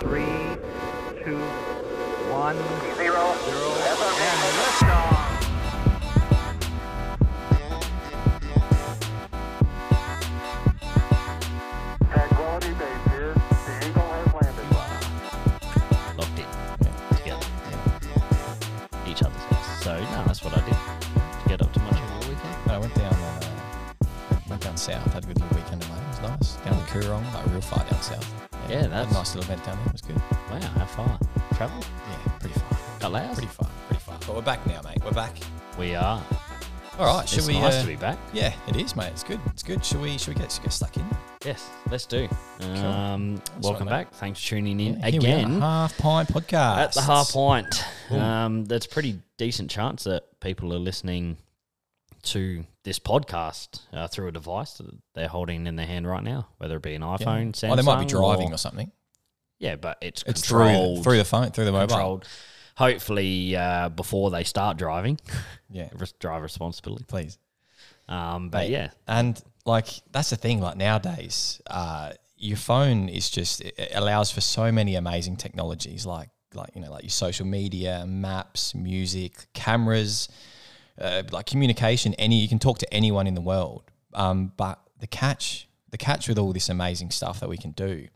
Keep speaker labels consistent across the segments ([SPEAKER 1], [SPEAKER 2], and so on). [SPEAKER 1] Three, two, one,
[SPEAKER 2] Zero.
[SPEAKER 1] zero,
[SPEAKER 2] FRB.
[SPEAKER 1] and liftoff.
[SPEAKER 2] Tranquility Base here. The Eagle has landed.
[SPEAKER 3] locked in yeah, together, yeah. each other's necks. So no, that's what I did to get up to my all weekend.
[SPEAKER 4] But I went down, uh, went down south. Had a good little weekend away. It was nice. Down the Coorong, like real far down south.
[SPEAKER 3] Yeah,
[SPEAKER 4] had a
[SPEAKER 3] that's-
[SPEAKER 4] nice little event down there. It was good.
[SPEAKER 3] Wow, how far? Travel?
[SPEAKER 4] Yeah, pretty far.
[SPEAKER 3] Couple hours?
[SPEAKER 4] Pretty far. Pretty far. But we're back now, mate. We're back.
[SPEAKER 3] We are.
[SPEAKER 4] All right. Should
[SPEAKER 3] it's
[SPEAKER 4] we?
[SPEAKER 3] nice
[SPEAKER 4] uh,
[SPEAKER 3] to be back.
[SPEAKER 4] Yeah, it is, mate. It's good. It's good. Should we? Should we get, should we get stuck in?
[SPEAKER 3] Yes, let's do. Um, welcome
[SPEAKER 4] right, mate.
[SPEAKER 3] back. Thanks for tuning in
[SPEAKER 4] Yeah, here we are,
[SPEAKER 3] again
[SPEAKER 4] half pint podcast
[SPEAKER 3] at the half point. Um, there's pretty decent chance that people are listening to this podcast uh, through a device that they're holding in their hand right now, whether it be an
[SPEAKER 4] Yeah.
[SPEAKER 3] iPhone, Samsung,
[SPEAKER 4] Oh, they might be driving
[SPEAKER 3] or,
[SPEAKER 4] or, something.
[SPEAKER 3] yeah, but it's
[SPEAKER 4] It's through the,
[SPEAKER 3] controlled
[SPEAKER 4] through the phone, through the mobile.
[SPEAKER 3] controlled. Hopefully, uh, before they start driving,
[SPEAKER 4] Yeah,
[SPEAKER 3] res- drive responsibly.
[SPEAKER 4] please.
[SPEAKER 3] Um, but
[SPEAKER 4] Mate,
[SPEAKER 3] yeah,
[SPEAKER 4] And like that's the thing. Like nowadays, uh, your phone is just it it allows for so many amazing technologies, like like you know, like your social media, maps, music, cameras, uh, like communication. Any you can talk to anyone in the world. Um, but the catch, the catch with all this amazing stuff that we can do,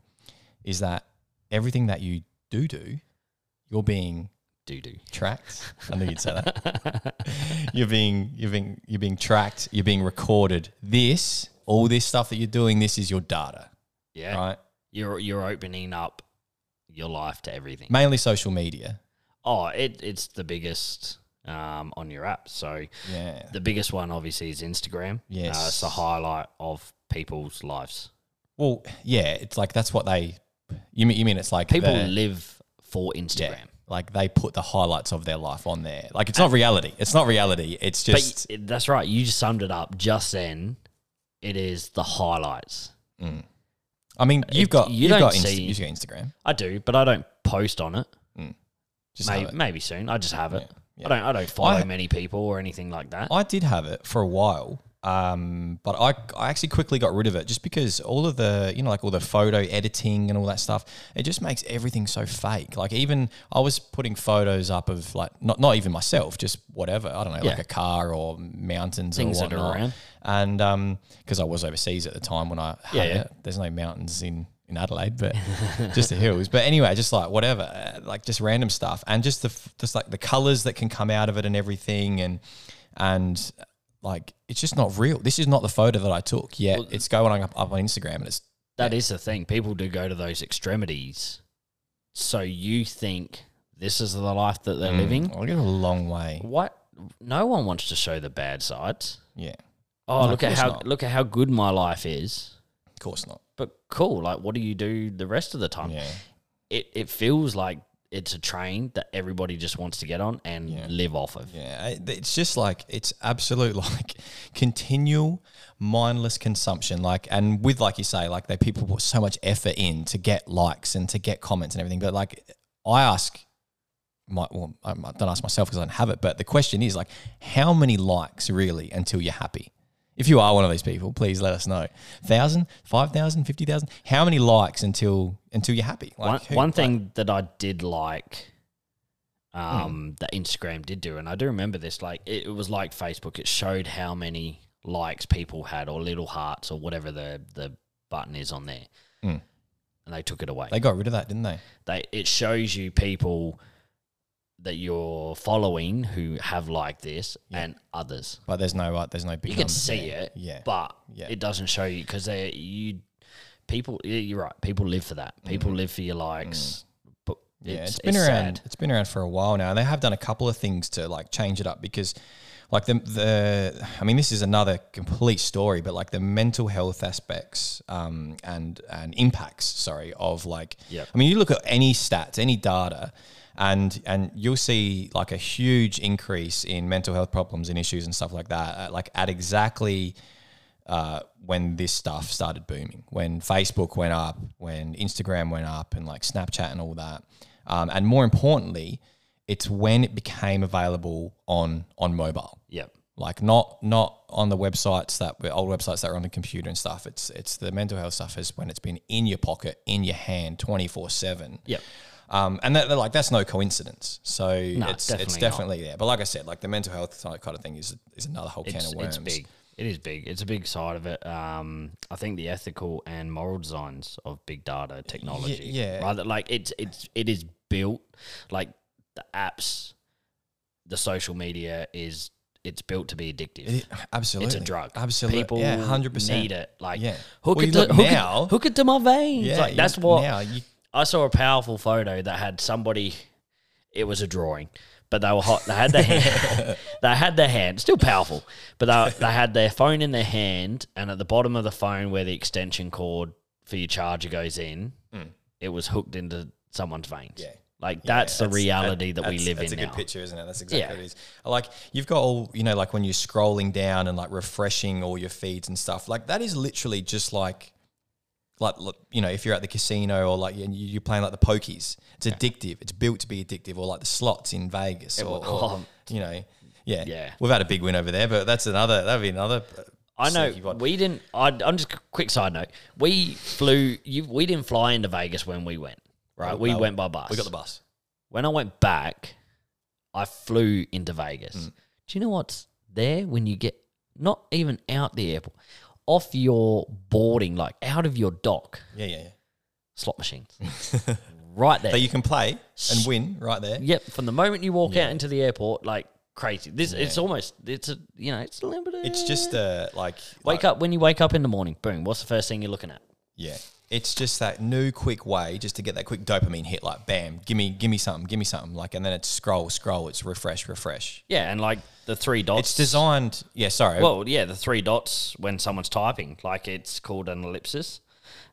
[SPEAKER 4] is that everything that you do do, you're being
[SPEAKER 3] do do.
[SPEAKER 4] tracked. I knew you'd say that. you're being you're being you're being tracked. You're being recorded. This all this stuff that you're doing. This is your data,
[SPEAKER 3] Yeah,
[SPEAKER 4] right?
[SPEAKER 3] you're you're opening up your life to everything.
[SPEAKER 4] Mainly social media.
[SPEAKER 3] Oh, it it's the biggest um, on your app. So
[SPEAKER 4] Yeah,
[SPEAKER 3] the biggest one, obviously, is Instagram. uh, it's
[SPEAKER 4] Yes.
[SPEAKER 3] the highlight of people's lives.
[SPEAKER 4] Well, yeah. It's like that's what they. You mean you mean it's like
[SPEAKER 3] People
[SPEAKER 4] the-
[SPEAKER 3] live for
[SPEAKER 4] yeah,
[SPEAKER 3] Instagram.
[SPEAKER 4] like they put the highlights of their life on there. Like it's not reality. It's not reality. It's just
[SPEAKER 3] but y- that's right. You just summed it up just then. It is the highlights.
[SPEAKER 4] I mean you've
[SPEAKER 3] it-
[SPEAKER 4] got
[SPEAKER 3] you
[SPEAKER 4] you have
[SPEAKER 3] don't
[SPEAKER 4] got Insta-
[SPEAKER 3] see-
[SPEAKER 4] you've got Instagram.
[SPEAKER 3] I do, but I don't post on it.
[SPEAKER 4] Just have
[SPEAKER 3] Maybe,
[SPEAKER 4] it.
[SPEAKER 3] maybe soon. I just have it.
[SPEAKER 4] yeah.
[SPEAKER 3] I don't. I don't follow
[SPEAKER 4] I-
[SPEAKER 3] many people or anything like that.
[SPEAKER 4] I did have it for a while, um, but I, I actually quickly got rid of it just because all of the you know like all the photo editing and all that stuff. It just makes everything so fake. Like even I was putting photos up of like not not even myself, just whatever I don't know, like
[SPEAKER 3] Yeah.
[SPEAKER 4] a car or mountains
[SPEAKER 3] Things
[SPEAKER 4] or
[SPEAKER 3] that are
[SPEAKER 4] whatnot.
[SPEAKER 3] around.
[SPEAKER 4] And because I was overseas at the time when I had
[SPEAKER 3] Yeah, yeah.
[SPEAKER 4] it, there's no mountains in in Adelaide, but just the hills. But anyway, just like whatever, uh, like just random stuff, and just the f- just like the colors that can come out of it and everything, and and like it's just not real. This is not the photo that I took yet. it's going up, up on Instagram, and it's
[SPEAKER 3] That is the thing. People do go to those extremities. So you think this is the life that
[SPEAKER 4] Mm.
[SPEAKER 3] they're living?
[SPEAKER 4] I get a long way.
[SPEAKER 3] What? No one wants to show the bad sides.
[SPEAKER 4] Yeah,
[SPEAKER 3] Oh,
[SPEAKER 4] No,
[SPEAKER 3] look
[SPEAKER 4] of
[SPEAKER 3] at
[SPEAKER 4] course
[SPEAKER 3] how
[SPEAKER 4] not.
[SPEAKER 3] look at how good my life is.
[SPEAKER 4] of course not.
[SPEAKER 3] But cool, like what do you do the rest of the time?
[SPEAKER 4] Yeah.
[SPEAKER 3] It it feels like it's a train that everybody just wants to get on and live off of.
[SPEAKER 4] Yeah, I- th- it's just like it's absolute like continual mindless consumption. Like, and with like you say, like they people put so much effort in to get likes and to get comments and everything. But like, I ask my well, I I don't ask myself because I don't have it. But the question is like, how many likes really until you're happy? If you are one of these people, please let us know. Thousand, five thousand, fifty thousand. How many likes until until you're happy? Like Hmm.
[SPEAKER 3] one,
[SPEAKER 4] who-
[SPEAKER 3] one thing that I did like um, that Instagram did do, and I do remember this, like it, it was like Facebook. It showed how many likes people had, or little hearts, or whatever the the button is on there,
[SPEAKER 4] Mm.
[SPEAKER 3] and they took it away.
[SPEAKER 4] they got rid of that, didn't they?
[SPEAKER 3] they it shows you people that you're following who have liked this and others.
[SPEAKER 4] But there's no like, there's no big.
[SPEAKER 3] You can
[SPEAKER 4] numbers
[SPEAKER 3] see
[SPEAKER 4] there.
[SPEAKER 3] it,
[SPEAKER 4] Yeah.
[SPEAKER 3] but
[SPEAKER 4] Yeah.
[SPEAKER 3] it doesn't show you because they you people. yeah, You're right. People live for that. People live for your likes. But
[SPEAKER 4] Mm. Yeah,
[SPEAKER 3] it's,
[SPEAKER 4] it's been
[SPEAKER 3] it's
[SPEAKER 4] around.
[SPEAKER 3] sad.
[SPEAKER 4] It's been around for a while now, and they have done a couple of things to like change it up because, like the the, I mean, this is another complete story, but like the mental health aspects um, and and impacts, sorry, of like,
[SPEAKER 3] Yep.
[SPEAKER 4] I mean, you look at any stats, any data, and and you'll see like a huge increase in mental health problems and issues and stuff like that, uh, like at exactly uh, when this stuff started booming, when Facebook went up, when Instagram went up, and like Snapchat and all that. Um, and more importantly, it's when it became available on on mobile.
[SPEAKER 3] Yep.
[SPEAKER 4] like not not on the websites that old websites that are on the computer and stuff. It's it's the mental health stuff is when it's been in your pocket, in your hand, twenty four seven.
[SPEAKER 3] Yep.
[SPEAKER 4] Um, and that, they're like that's no coincidence. So it's it's
[SPEAKER 3] definitely
[SPEAKER 4] definitely there. But like I said, like the mental health type kind of thing is is another whole can
[SPEAKER 3] It's,
[SPEAKER 4] of
[SPEAKER 3] it's
[SPEAKER 4] worms.
[SPEAKER 3] big. It is big. It's a big side of it. Um, I think the ethical and moral designs of big data technology.
[SPEAKER 4] yeah.
[SPEAKER 3] Rather like it's it's it is built like the apps, the social media is it's built to be addictive.
[SPEAKER 4] It- absolutely,
[SPEAKER 3] It's a drug.
[SPEAKER 4] Absolutely,
[SPEAKER 3] People
[SPEAKER 4] yeah, hundred percent.
[SPEAKER 3] need it. Like
[SPEAKER 4] Yeah.
[SPEAKER 3] hook
[SPEAKER 4] Well,
[SPEAKER 3] it
[SPEAKER 4] you
[SPEAKER 3] to
[SPEAKER 4] look
[SPEAKER 3] hook,
[SPEAKER 4] now-
[SPEAKER 3] it, hook it to my veins.
[SPEAKER 4] Yeah,
[SPEAKER 3] like
[SPEAKER 4] you-
[SPEAKER 3] that's what
[SPEAKER 4] now you-
[SPEAKER 3] I saw a powerful photo that had somebody it was a drawing. But they were hot. They had their hand. they had their hand, still powerful. But they, they had their phone in their hand, and at the bottom of the phone, where the extension cord for your charger goes in, it was hooked into someone's veins.
[SPEAKER 4] Hmm. Yeah.
[SPEAKER 3] like that's the reality that, we
[SPEAKER 4] that's-
[SPEAKER 3] live
[SPEAKER 4] that's
[SPEAKER 3] in
[SPEAKER 4] a
[SPEAKER 3] now.
[SPEAKER 4] good picture, isn't it? That's exactly
[SPEAKER 3] Yeah.
[SPEAKER 4] what it is. Like you've got all you know, like when you're scrolling down and like refreshing all your feeds and stuff. Like that is literally just like, like look, you know, if you're at the casino or like you- you're playing like the pokies, it's addictive. It's built to be addictive, or like the slots in Vegas, or,
[SPEAKER 3] will-
[SPEAKER 4] or, you know, yeah,
[SPEAKER 3] Yeah.
[SPEAKER 4] We've had a big win over there, but that's another. That'd be another. uh,
[SPEAKER 3] I know
[SPEAKER 4] sneaky one.
[SPEAKER 3] we didn't. I, I'm just quick side note. We flew. You, we didn't fly into Vegas when we went. Right, we
[SPEAKER 4] Well,
[SPEAKER 3] went by bus.
[SPEAKER 4] We got the bus.
[SPEAKER 3] When I went back, I flew into Vegas.
[SPEAKER 4] Mm.
[SPEAKER 3] Do you know what's there when you get not even out the airport, off your boarding, like out of your dock?
[SPEAKER 4] Yeah, yeah, yeah.
[SPEAKER 3] Slot machines, right there.
[SPEAKER 4] That you can play and win right there.
[SPEAKER 3] Yep, from the moment you walk out into the airport, like crazy. This it's almost it's a you know it's a little bit.
[SPEAKER 4] It's just uh, like
[SPEAKER 3] wake up when you wake up in the morning. Boom. What's the first thing you're looking at?
[SPEAKER 4] Yeah. It's just that new quick way just to get that quick dopamine hit, like bam, give me, give me something, give me something, like, and then it's scroll, scroll, it's refresh, refresh.
[SPEAKER 3] Yeah, and like the three dots.
[SPEAKER 4] It's designed, yeah, sorry,
[SPEAKER 3] Well, yeah, the three dots when someone's typing, like it's called an ellipsis,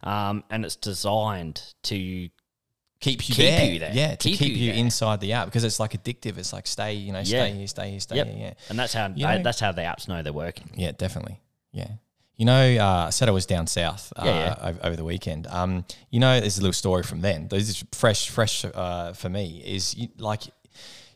[SPEAKER 3] um, and it's designed to
[SPEAKER 4] keep you
[SPEAKER 3] keep
[SPEAKER 4] there,
[SPEAKER 3] you there.
[SPEAKER 4] yeah, to keep,
[SPEAKER 3] Keep you
[SPEAKER 4] you,
[SPEAKER 3] there.
[SPEAKER 4] inside the app because it's like addictive. It's like stay, you know, stay
[SPEAKER 3] Yeah.
[SPEAKER 4] here, stay here, stay
[SPEAKER 3] Yep.
[SPEAKER 4] here, yeah,
[SPEAKER 3] and that's how uh,
[SPEAKER 4] You know-
[SPEAKER 3] that's how the apps know they're working.
[SPEAKER 4] yeah, definitely, yeah. You know, uh, I said I was down south uh,
[SPEAKER 3] Yeah,
[SPEAKER 4] ov- over the weekend. Um, you know, there's a little story from then. This is fresh, fresh uh, for me. Is you, like,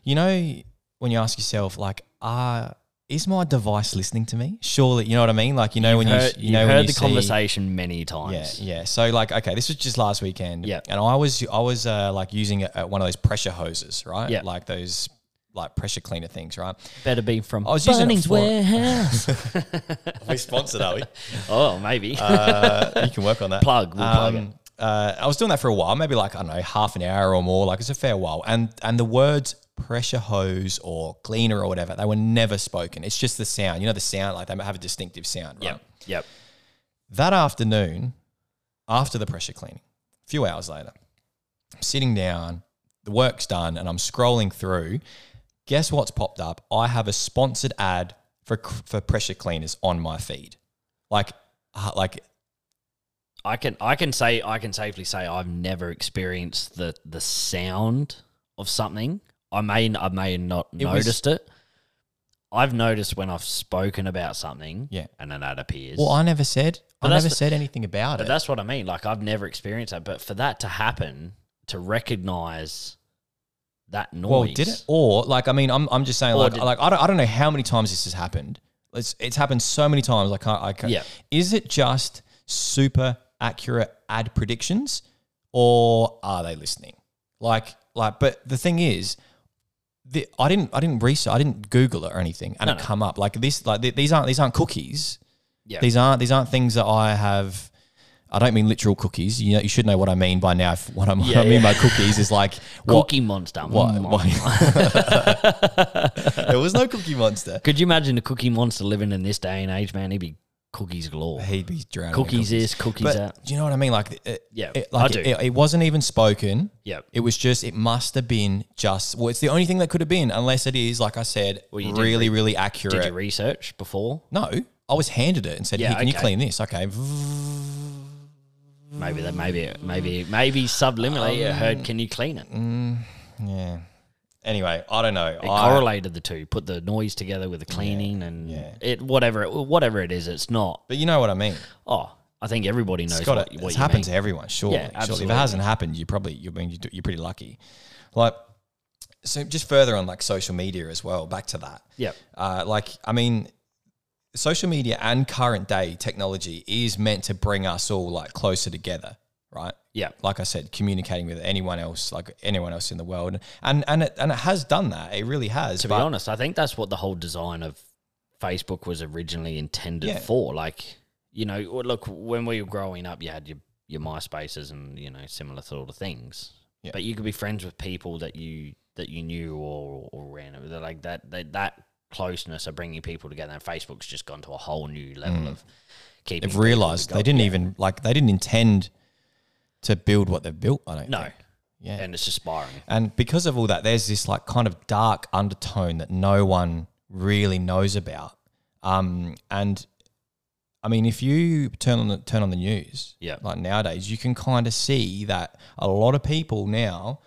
[SPEAKER 4] you know, when you ask yourself, like, uh, is my device listening to me? Surely, you know what I mean. Like, you know, when
[SPEAKER 3] Heard-
[SPEAKER 4] you, you know, when
[SPEAKER 3] heard
[SPEAKER 4] you
[SPEAKER 3] the
[SPEAKER 4] see-
[SPEAKER 3] conversation many
[SPEAKER 4] Yeah,
[SPEAKER 3] times.
[SPEAKER 4] yeah. So like, okay, this was just last weekend.
[SPEAKER 3] Yeah.
[SPEAKER 4] And I was I was uh, like using a, a- one of those pressure hoses, right?
[SPEAKER 3] Yeah.
[SPEAKER 4] Like those like pressure cleaner things, right?
[SPEAKER 3] Better be from
[SPEAKER 4] I was using it
[SPEAKER 3] Bunnings
[SPEAKER 4] for-
[SPEAKER 3] Warehouse.
[SPEAKER 4] We sponsored, are we?
[SPEAKER 3] oh, maybe.
[SPEAKER 4] Uh, you can work on that.
[SPEAKER 3] Plug, we'll plug it.
[SPEAKER 4] Uh, I was doing that for a while, maybe like I don't know, half an hour or more. Like it's a fair while, and and the words pressure hose or cleaner or whatever they were never spoken. It's just the sound. You know the sound, like they have a distinctive sound. Right?
[SPEAKER 3] yep, yep.
[SPEAKER 4] That afternoon, after the pressure cleaning, a few hours later, I'm sitting down, the work's done, and I'm scrolling through. Guess what's popped up? I have a sponsored ad for for pressure cleaners on my feed. Like, uh, like
[SPEAKER 3] I can I can say I can safely say I've never experienced the the sound of something. I may I may not
[SPEAKER 4] It was-
[SPEAKER 3] noticed it. I've noticed when I've spoken about something,
[SPEAKER 4] Yeah.
[SPEAKER 3] and then that appears.
[SPEAKER 4] well, I never said, I
[SPEAKER 3] that's
[SPEAKER 4] never
[SPEAKER 3] the-
[SPEAKER 4] said anything about
[SPEAKER 3] but
[SPEAKER 4] it.
[SPEAKER 3] that's what I mean. Like I've never experienced that, but for that to happen, to recognize that noise,
[SPEAKER 4] Well, did it? Or like, I mean, I'm, I'm just saying,
[SPEAKER 3] Or
[SPEAKER 4] like,
[SPEAKER 3] did-
[SPEAKER 4] like I don't, I don't know how many times this has happened. It's, it's happened so many times. I can't, I can't.
[SPEAKER 3] Yeah.
[SPEAKER 4] Is it just super accurate ad predictions, or are they listening? Like, like, but the thing is. The, I didn't. I didn't research. I didn't Google it or anything, and it come up like this. Like th- these aren't. These aren't cookies.
[SPEAKER 3] Yeah.
[SPEAKER 4] These aren't. These aren't things that I have. I don't mean literal cookies. You know. You should know what I mean by now. If what I'm, what I mean by cookies is like what,
[SPEAKER 3] Cookie Monster.
[SPEAKER 4] what,
[SPEAKER 3] Mm.
[SPEAKER 4] what- there was no Cookie Monster.
[SPEAKER 3] Could you imagine the Cookie Monster living in this day and age, man? He'd be cookies galore.
[SPEAKER 4] He'd be drowning. in
[SPEAKER 3] Cookies is cookies
[SPEAKER 4] But
[SPEAKER 3] out.
[SPEAKER 4] do you know what I mean? Like, it,
[SPEAKER 3] Yeah,
[SPEAKER 4] it, like,
[SPEAKER 3] I do.
[SPEAKER 4] It, it wasn't even spoken.
[SPEAKER 3] Yep.
[SPEAKER 4] It was just. It must have been just. Well, it's the only thing that could have been, unless it is, like I said,
[SPEAKER 3] you did
[SPEAKER 4] really,
[SPEAKER 3] re-
[SPEAKER 4] really accurate.
[SPEAKER 3] Did you research before?
[SPEAKER 4] no, I was handed it and said,
[SPEAKER 3] Yeah,
[SPEAKER 4] "Here, can you
[SPEAKER 3] okay.
[SPEAKER 4] clean this?" Okay.
[SPEAKER 3] Maybe that. Maybe. Maybe. Maybe subliminally, it
[SPEAKER 4] Um,
[SPEAKER 3] heard. Can you clean it?
[SPEAKER 4] mm,
[SPEAKER 3] It
[SPEAKER 4] Yeah. Anyway, I don't know. I,
[SPEAKER 3] correlated the two. Put the noise together with the cleaning and
[SPEAKER 4] yeah.
[SPEAKER 3] it. Whatever. It, whatever it is, it's not.
[SPEAKER 4] but you know what I mean.
[SPEAKER 3] Oh, I think everybody knows
[SPEAKER 4] it's got
[SPEAKER 3] what,
[SPEAKER 4] to,
[SPEAKER 3] what
[SPEAKER 4] it's
[SPEAKER 3] you
[SPEAKER 4] happened
[SPEAKER 3] mean.
[SPEAKER 4] to everyone surely,
[SPEAKER 3] Yeah,
[SPEAKER 4] surely. if it
[SPEAKER 3] absolutely.
[SPEAKER 4] hasn't happened you probably you mean you do- you're pretty lucky like so just further on like social media as well. Back to that.
[SPEAKER 3] Yep.
[SPEAKER 4] Uh, like I mean, social media and current day technology is meant to bring us all like closer together, right?
[SPEAKER 3] Yeah.
[SPEAKER 4] Like I said, communicating with anyone else, like anyone else in the world, and and it and it has done that. It really has.
[SPEAKER 3] To be honest, I think that's what the whole design of Facebook was originally intended
[SPEAKER 4] Yeah.
[SPEAKER 3] for. Like, you know, well, look, when we were growing up, you had your your MySpaces and you know similar sort of things.
[SPEAKER 4] Yeah.
[SPEAKER 3] But you could be friends with people that you that you knew or or random. They're like that that that closeness of bringing people together. And Facebook's just gone to a whole new level of keeping.
[SPEAKER 4] Mm. they've realized
[SPEAKER 3] people
[SPEAKER 4] they didn't even like they didn't intend to build what they've built. I don't
[SPEAKER 3] together.
[SPEAKER 4] think.
[SPEAKER 3] no,
[SPEAKER 4] Yeah.
[SPEAKER 3] and it's just spiraling.
[SPEAKER 4] And because of all that, there's this like kind of dark undertone that no one really knows about. Um, and I mean, if you turn on the turn on the news,
[SPEAKER 3] Yeah.
[SPEAKER 4] like nowadays, you can kind of see that a lot of people now.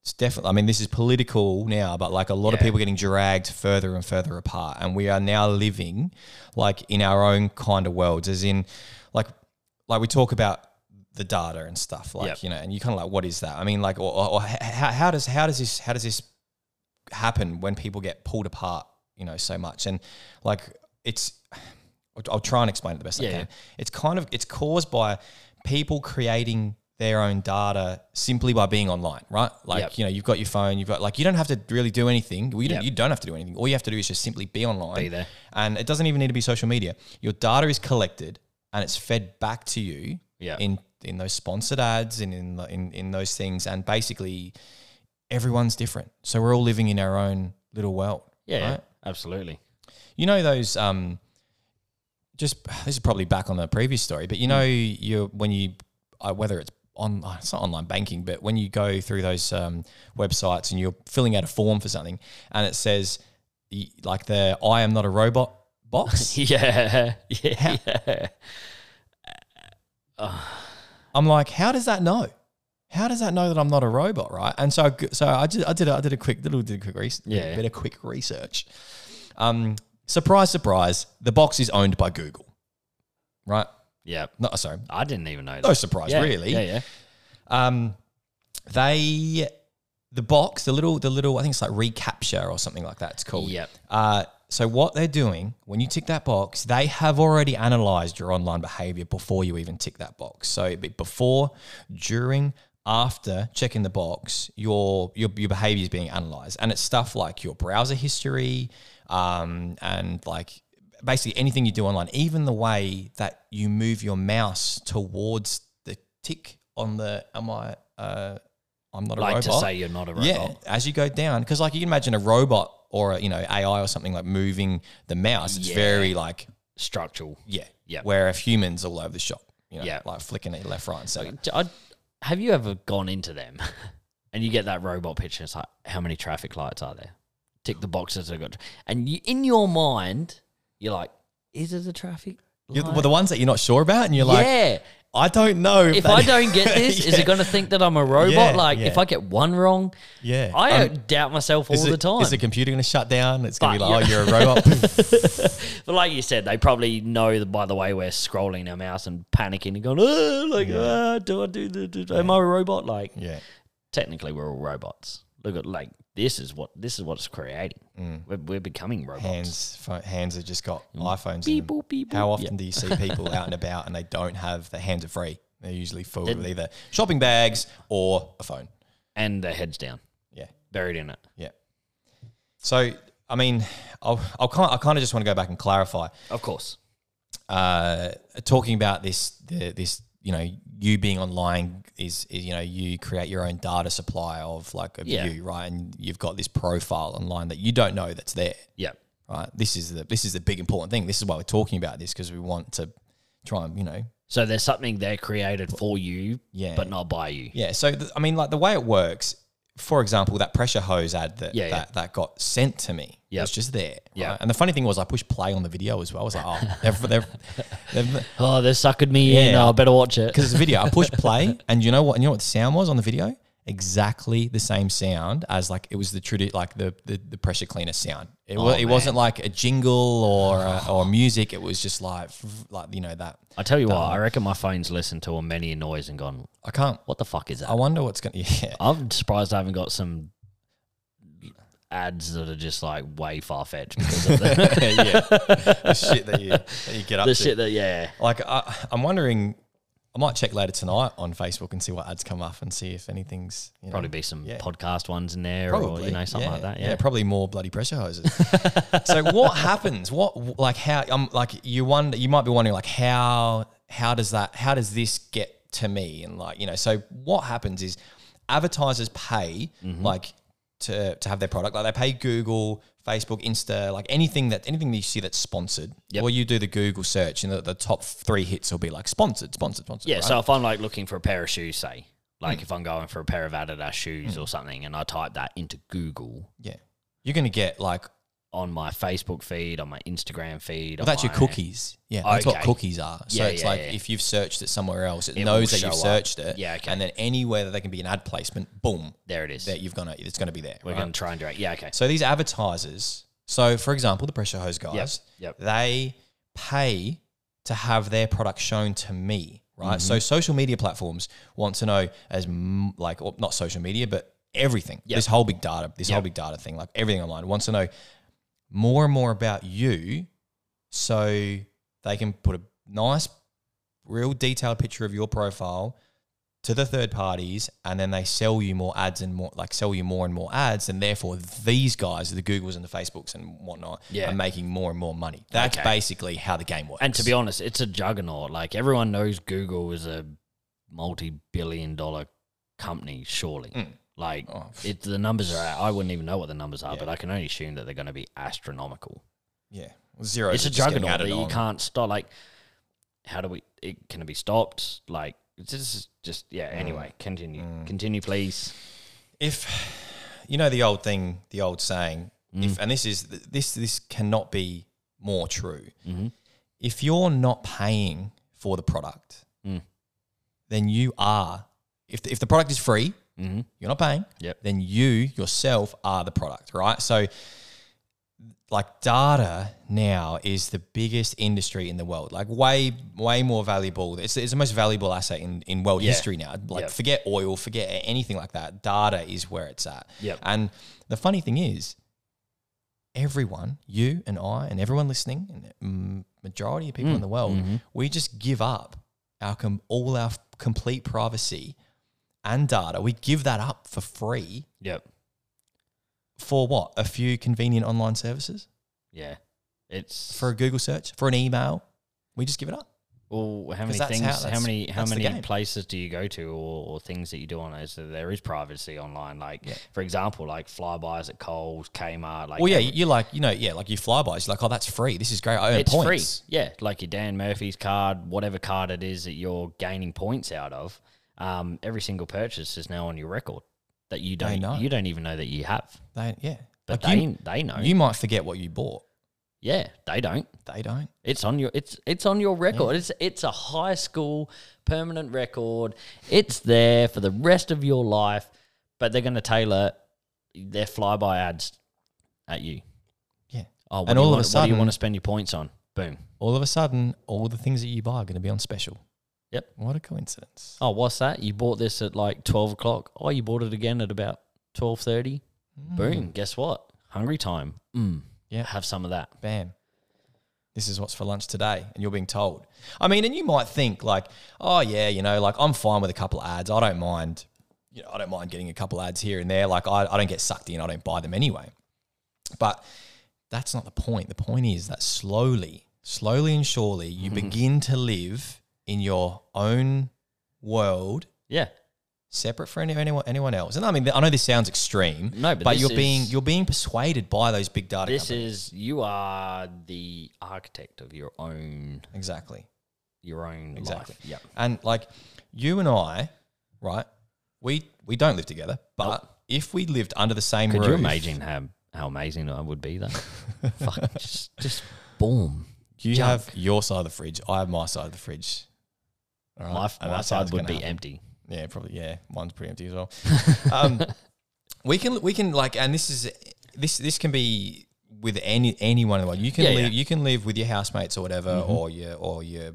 [SPEAKER 4] It's definitely. I mean, this is political now, but like a lot of
[SPEAKER 3] Yeah.
[SPEAKER 4] people getting dragged further and further apart, and we are now living like in our own kind of worlds, as in, like, like we talk about the data and stuff, like
[SPEAKER 3] Yep.
[SPEAKER 4] you know, and you kind of like, what is that? I mean, like, or, or, or h- how, how does how does this how does this happen when people get pulled apart, you know, so much. And like it's, I'll- I'll try and explain it the best I
[SPEAKER 3] Yeah,
[SPEAKER 4] can.
[SPEAKER 3] yeah.
[SPEAKER 4] It's kind of it's caused by people creating their own data simply by being online, right? Like
[SPEAKER 3] Yep.
[SPEAKER 4] you know, you've got your phone, you've got like you don't have to really do anything. Well, you don't,
[SPEAKER 3] Yep.
[SPEAKER 4] you don't have to do anything. All you have to do is just simply be online.
[SPEAKER 3] Be there.
[SPEAKER 4] And it doesn't even need to be social media. Your data is collected and it's fed back to you
[SPEAKER 3] Yeah.
[SPEAKER 4] in in those sponsored ads and in in in those things and basically everyone's different. So we're all living in our own little world.
[SPEAKER 3] Yeah,
[SPEAKER 4] right?
[SPEAKER 3] absolutely.
[SPEAKER 4] You know those um just this is probably back on the previous story, but you know you when you uh, whether it's on it's not online banking, but when you go through those um, websites and you're filling out a form for something and it says y- like the I am not a robot box.
[SPEAKER 3] Yeah, yeah, yeah.
[SPEAKER 4] I'm like, how does that know? How does that know that I'm not a robot, right? And so, I g- so I did, I did, a, I did a quick little, did a quick research,
[SPEAKER 3] Yeah.
[SPEAKER 4] bit of quick research. Um, surprise, surprise, the box is owned by Google, right?
[SPEAKER 3] Yep.
[SPEAKER 4] No, sorry,
[SPEAKER 3] I didn't even know that.
[SPEAKER 4] no surprise,
[SPEAKER 3] Yeah,
[SPEAKER 4] really.
[SPEAKER 3] Yeah, yeah.
[SPEAKER 4] Um, they, the box, the little, the little, I think it's like recapture or something like that. It's called.
[SPEAKER 3] Yep.
[SPEAKER 4] Uh, so what they're doing when you tick that box, they have already analyzed your online behavior before you even tick that box. So it'd be before, during, after checking the box, your your, your behavior is being analyzed, and it's stuff like your browser history, um, and like basically anything you do online, even the way that you move your mouse towards the tick on the am I uh, I'm not a
[SPEAKER 3] Like
[SPEAKER 4] robot.
[SPEAKER 3] to say you're not a robot.
[SPEAKER 4] Yeah, as you go down, because like you can imagine a robot or a, you know AI or something like moving the mouse. It's
[SPEAKER 3] Yeah.
[SPEAKER 4] very like
[SPEAKER 3] Structural.
[SPEAKER 4] yeah,
[SPEAKER 3] Yeah.
[SPEAKER 4] Where if humans all over the shop, you know,
[SPEAKER 3] Yeah.
[SPEAKER 4] like flicking it left, right, and center.
[SPEAKER 3] D- I- have you ever gone into them and you get that robot picture? It's like, how many traffic lights are there? Tick the boxes. I've got. And you, in your mind, you're like, is it a traffic?
[SPEAKER 4] You're the,
[SPEAKER 3] light?
[SPEAKER 4] well, the ones that you're not sure about, and you're like,
[SPEAKER 3] yeah.
[SPEAKER 4] I don't know.
[SPEAKER 3] If
[SPEAKER 4] that-
[SPEAKER 3] I don't get this, is
[SPEAKER 4] Yeah.
[SPEAKER 3] it going to think that I'm a robot?
[SPEAKER 4] Yeah,
[SPEAKER 3] like,
[SPEAKER 4] yeah.
[SPEAKER 3] if I get one wrong,
[SPEAKER 4] Yeah,
[SPEAKER 3] I
[SPEAKER 4] Um,
[SPEAKER 3] doubt myself all
[SPEAKER 4] is
[SPEAKER 3] the
[SPEAKER 4] it-
[SPEAKER 3] time.
[SPEAKER 4] Is the computer going to shut down? It's going to be
[SPEAKER 3] But
[SPEAKER 4] like, oh, you're a robot.
[SPEAKER 3] But like you said, they probably know that by the way we're scrolling our mouse and panicking and going, oh, like, ah, do I do the, do, am I a robot? Like,
[SPEAKER 4] yeah,
[SPEAKER 3] technically, we're all robots. Look at like this is what this is what's creating. We're, we're becoming robots.
[SPEAKER 4] Mm. hands, pho- hands have just got iPhones. in
[SPEAKER 3] Mm. Beep,
[SPEAKER 4] them.
[SPEAKER 3] boop, beep,
[SPEAKER 4] How
[SPEAKER 3] boop.
[SPEAKER 4] often do you see people out and about and they don't have their hands are free? They're usually full with either shopping bags or a phone.
[SPEAKER 3] And their heads down,
[SPEAKER 4] Yeah,
[SPEAKER 3] buried in it.
[SPEAKER 4] yeah. So I mean, I'll, I'll kind I kind of just want to go back and clarify.
[SPEAKER 3] Of course.
[SPEAKER 4] Uh, talking about this, the, this you know, you being online is, is you know you create your own data supply of like of
[SPEAKER 3] Yeah.
[SPEAKER 4] you, right? And you've got this profile online that you don't know that's there.
[SPEAKER 3] Yeah.
[SPEAKER 4] right? This is the this is the big important thing. This is why we're talking about this because we want to try and you know
[SPEAKER 3] So there's something they're created for you,
[SPEAKER 4] Yeah.
[SPEAKER 3] but not by you.
[SPEAKER 4] yeah. So th- I mean, like the way it works. For example, that pressure hose ad that
[SPEAKER 3] Yeah, yeah.
[SPEAKER 4] that, that got sent to me
[SPEAKER 3] Yep.
[SPEAKER 4] was just there.
[SPEAKER 3] Yeah.
[SPEAKER 4] right? And the funny thing was, I pushed play on the video as well. I was like, oh, they've, they've, they've,
[SPEAKER 3] Oh, they suckered me in. Oh,
[SPEAKER 4] Yeah.
[SPEAKER 3] I better watch it.
[SPEAKER 4] because it's a video. I pushed play, and you know what? You know what the sound was on the video? Exactly the same sound as like it was the tradi- like the, the the pressure cleaner sound. It, wa-
[SPEAKER 3] Oh,
[SPEAKER 4] it wasn't like a jingle or a, or music. It was just like like you know that
[SPEAKER 3] I tell you what, I reckon my phone's listened to a many a noise and gone,
[SPEAKER 4] I can't.
[SPEAKER 3] what the fuck is that?
[SPEAKER 4] I wonder what's gonna. Yeah,
[SPEAKER 3] I'm surprised I haven't got some ads that are just like way far fetched because of the,
[SPEAKER 4] yeah, the shit that you that you get up
[SPEAKER 3] the
[SPEAKER 4] to.
[SPEAKER 3] shit that yeah.
[SPEAKER 4] Like I, I'm wondering, I might check later tonight on Facebook and see what ads come up and see if anything's you know,
[SPEAKER 3] Probably be some
[SPEAKER 4] yeah.
[SPEAKER 3] podcast ones in there, or you know something like that. Yeah,
[SPEAKER 4] probably more bloody pressure hoses. so what happens? What like how? Um, like you wonder, you might be wondering like how how does that how does this get to me? And like you know, so what happens is advertisers pay
[SPEAKER 3] Mm-hmm.
[SPEAKER 4] like to to have their product. Like they pay Google, Facebook, Insta, like anything that anything that you see that's sponsored.
[SPEAKER 3] Yep.
[SPEAKER 4] Or you do the Google search and the, the top three hits will be like sponsored, sponsored, sponsored.
[SPEAKER 3] yeah.
[SPEAKER 4] right?
[SPEAKER 3] So if I'm like looking for a pair of shoes, say
[SPEAKER 4] Hmm.
[SPEAKER 3] like if I'm going for a pair of Adidas shoes or something, and I type that into Google
[SPEAKER 4] yeah, you're gonna get like
[SPEAKER 3] on my Facebook feed, on my Instagram feed,
[SPEAKER 4] Well,
[SPEAKER 3] on
[SPEAKER 4] that's your
[SPEAKER 3] my-
[SPEAKER 4] cookies. Yeah, that's what
[SPEAKER 3] Okay.
[SPEAKER 4] cookies are. So
[SPEAKER 3] Yeah,
[SPEAKER 4] it's
[SPEAKER 3] yeah,
[SPEAKER 4] like
[SPEAKER 3] yeah.
[SPEAKER 4] if you've searched it somewhere else, it,
[SPEAKER 3] It
[SPEAKER 4] knows
[SPEAKER 3] will
[SPEAKER 4] that you've
[SPEAKER 3] show up.
[SPEAKER 4] searched it.
[SPEAKER 3] Yeah, okay.
[SPEAKER 4] And then anywhere that there can be an ad placement, boom,
[SPEAKER 3] There it is.
[SPEAKER 4] that you've gonna it's gonna be there.
[SPEAKER 3] We're
[SPEAKER 4] right?
[SPEAKER 3] going to try and direct. Yeah, okay.
[SPEAKER 4] So these advertisers, so for example, the pressure hose guys,
[SPEAKER 3] yep.
[SPEAKER 4] they pay to have their product shown to me,
[SPEAKER 3] Mm-hmm.
[SPEAKER 4] right? So social media platforms want to know as m- like or not social media, but everything.
[SPEAKER 3] Yep.
[SPEAKER 4] This whole big data, this whole
[SPEAKER 3] Yep.
[SPEAKER 4] big data thing, like everything online wants to know more and more about you, so they can put a nice, real detailed picture of your profile to the third parties and then they sell you more ads and more like sell you more and more ads and therefore these guys the googles and the facebooks and whatnot
[SPEAKER 3] Yeah.
[SPEAKER 4] are making more and more money that's
[SPEAKER 3] Okay.
[SPEAKER 4] basically how the game works
[SPEAKER 3] And to be honest, it's a juggernaut. Like everyone knows Google is a multi-billion dollar company, surely. Like
[SPEAKER 4] Oh,
[SPEAKER 3] it, the numbers are out. I wouldn't even know what the numbers are,
[SPEAKER 4] Yeah.
[SPEAKER 3] but I can only assume that they're going to be astronomical.
[SPEAKER 4] yeah zero
[SPEAKER 3] it's a juggernaut that you can't stop. Like, how do we? It can it be stopped? Like, it's just, just yeah. Anyway,
[SPEAKER 4] Mm.
[SPEAKER 3] continue, continue, please.
[SPEAKER 4] if you know the old thing the old saying
[SPEAKER 3] Mm-hmm.
[SPEAKER 4] if and this is this this cannot be more true
[SPEAKER 3] Mm-hmm.
[SPEAKER 4] if you're not paying for the product
[SPEAKER 3] Mm.
[SPEAKER 4] then you are if the, if the product is free
[SPEAKER 3] Mhm.
[SPEAKER 4] you're not paying
[SPEAKER 3] Yep.
[SPEAKER 4] then you yourself are the product right so like data now is the biggest industry in the world like way way more valuable it's, it's the most valuable asset in, in world
[SPEAKER 3] Yeah.
[SPEAKER 4] history now like
[SPEAKER 3] Yep.
[SPEAKER 4] forget oil forget a- anything like that data is where it's at
[SPEAKER 3] Yep.
[SPEAKER 4] and the funny thing is everyone you and i and everyone listening and mm, majority of people in the world
[SPEAKER 3] Mm-hmm.
[SPEAKER 4] we just give up our com- all our f- complete privacy and data we give that up for free
[SPEAKER 3] Yep.
[SPEAKER 4] for what a few convenient online services
[SPEAKER 3] Yeah. It's
[SPEAKER 4] for a Google search, for an email, we just give it up.
[SPEAKER 3] Well, how
[SPEAKER 4] 'Cause
[SPEAKER 3] many
[SPEAKER 4] that's
[SPEAKER 3] things?
[SPEAKER 4] how-
[SPEAKER 3] How,
[SPEAKER 4] that's-
[SPEAKER 3] many? How
[SPEAKER 4] that's the
[SPEAKER 3] many
[SPEAKER 4] game.
[SPEAKER 3] places do you go to, or, or things that you do on it? So there is privacy online. Like,
[SPEAKER 4] Yeah.
[SPEAKER 3] for example, like flybys at Coles, Kmart. Like,
[SPEAKER 4] Well, yeah,
[SPEAKER 3] every-
[SPEAKER 4] you're like, you know, yeah, like you flybys, you're like, oh, that's free. This is great. I earn
[SPEAKER 3] it's
[SPEAKER 4] points.
[SPEAKER 3] free. Yeah, like your Dan Murphy's card, whatever card it is that you're gaining points out of. Um, every single purchase is now on your record that you don't
[SPEAKER 4] know.
[SPEAKER 3] you don't even know that you have,
[SPEAKER 4] They, yeah.
[SPEAKER 3] but
[SPEAKER 4] Like,
[SPEAKER 3] they
[SPEAKER 4] you,
[SPEAKER 3] they know.
[SPEAKER 4] you might forget what you bought.
[SPEAKER 3] yeah, they don't.
[SPEAKER 4] They don't.
[SPEAKER 3] It's on your it's it's on your record. It's it's a high school permanent record. It's there for the rest of your life, but they're going to tailor their flyby ads at you.
[SPEAKER 4] Yeah.
[SPEAKER 3] Oh, what
[SPEAKER 4] And
[SPEAKER 3] do you
[SPEAKER 4] all
[SPEAKER 3] want-
[SPEAKER 4] of a
[SPEAKER 3] what do
[SPEAKER 4] sudden-
[SPEAKER 3] you want to spend your points on? Boom.
[SPEAKER 4] All of a sudden, all the things that you buy are going to be on special.
[SPEAKER 3] Yep.
[SPEAKER 4] What a coincidence.
[SPEAKER 3] Oh, what's that? You bought this at like twelve o'clock. Oh, you bought it again at about twelve thirty. Boom. Guess what? Hungry time. Mm.
[SPEAKER 4] Yeah.
[SPEAKER 3] Have some of that.
[SPEAKER 4] Bam. This is what's for lunch today. And you're being told. I mean, and you might think, like, oh, yeah, you know, like I'm fine with a couple of ads. I don't mind, you know, I don't mind getting a couple of ads here and there. Like, I, I don't get sucked in. I don't buy them anyway. But that's not the point. The point is that slowly, slowly and surely, you begin to live in your own world,
[SPEAKER 3] Yeah.
[SPEAKER 4] separate from any- anyone anyone else. And I mean, I know this sounds extreme,
[SPEAKER 3] No, but this
[SPEAKER 4] you're being
[SPEAKER 3] is-
[SPEAKER 4] you're being persuaded by those big data.
[SPEAKER 3] This
[SPEAKER 4] companies.
[SPEAKER 3] is you are the architect of your own
[SPEAKER 4] exactly.
[SPEAKER 3] your own
[SPEAKER 4] Exactly.
[SPEAKER 3] life. Yep.
[SPEAKER 4] And like you and I, right? We we don't live together, but if we lived under the same
[SPEAKER 3] Could
[SPEAKER 4] roof,
[SPEAKER 3] you imagine how, how amazing I would be though? Fuck, just just boom.
[SPEAKER 4] You
[SPEAKER 3] junk?
[SPEAKER 4] have your side of the fridge. I have my side of the fridge. All right?
[SPEAKER 3] My, f-
[SPEAKER 4] And
[SPEAKER 3] my
[SPEAKER 4] that's how
[SPEAKER 3] side
[SPEAKER 4] it's
[SPEAKER 3] would
[SPEAKER 4] gonna
[SPEAKER 3] be
[SPEAKER 4] happen.
[SPEAKER 3] empty.
[SPEAKER 4] Yeah, probably. Yeah, mine's pretty empty as well. um, we can we can like, and this is this this can be with any anyone in the world. You can
[SPEAKER 3] Yeah,
[SPEAKER 4] live
[SPEAKER 3] yeah. Mm-hmm.
[SPEAKER 4] you can live with your housemates or whatever, or
[SPEAKER 3] Mm.
[SPEAKER 4] your or your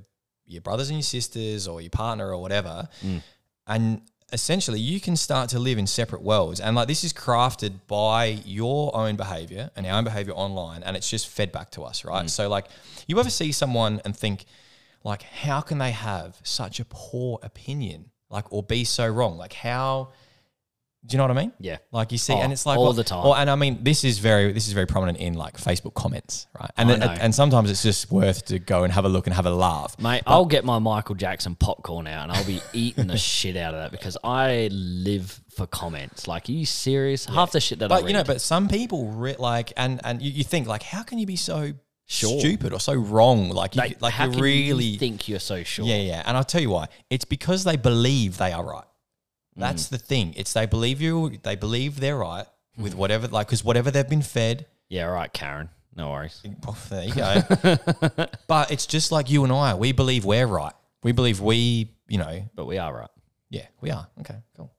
[SPEAKER 4] your brothers and your sisters or your partner or whatever, and essentially you can start to live in separate worlds and like this is crafted by your own behavior and our own behavior online and it's just fed back to us
[SPEAKER 3] Mm.
[SPEAKER 4] right so like you ever see someone and think like how can they have such a poor opinion like or be so wrong like how do you know what i mean
[SPEAKER 3] Yeah.
[SPEAKER 4] like you see
[SPEAKER 3] Oh,
[SPEAKER 4] and it's like
[SPEAKER 3] all
[SPEAKER 4] well-
[SPEAKER 3] the time.
[SPEAKER 4] well, and i mean this is very this is very prominent in like facebook comments right and
[SPEAKER 3] I
[SPEAKER 4] it-
[SPEAKER 3] know.
[SPEAKER 4] and sometimes it's just worth to go and have a look and have a laugh
[SPEAKER 3] Mate, I'll get my Michael Jackson popcorn out and I'll be eating the shit out of that because I live for comments. Like, are you serious? Half the shit that I
[SPEAKER 4] But
[SPEAKER 3] read.
[SPEAKER 4] you know, but some people re- like, and and you, you think like, how can you be so
[SPEAKER 3] Sure.
[SPEAKER 4] stupid or so wrong? Like, you,
[SPEAKER 3] like,
[SPEAKER 4] like
[SPEAKER 3] how
[SPEAKER 4] you
[SPEAKER 3] can
[SPEAKER 4] really,
[SPEAKER 3] you think you're so sure?
[SPEAKER 4] yeah, yeah. And I'll tell you why. It's because they believe they are right.
[SPEAKER 3] Mm.
[SPEAKER 4] That's the thing. It's they believe you. They believe they're right
[SPEAKER 3] Hmm.
[SPEAKER 4] with whatever, like, because whatever they've been fed.
[SPEAKER 3] Yeah, all right, Karen. No worries.
[SPEAKER 4] well, there you go. but it's just like you and I. We believe we're right. We believe we, you know,
[SPEAKER 3] But we are right.
[SPEAKER 4] yeah, we are. Okay, cool.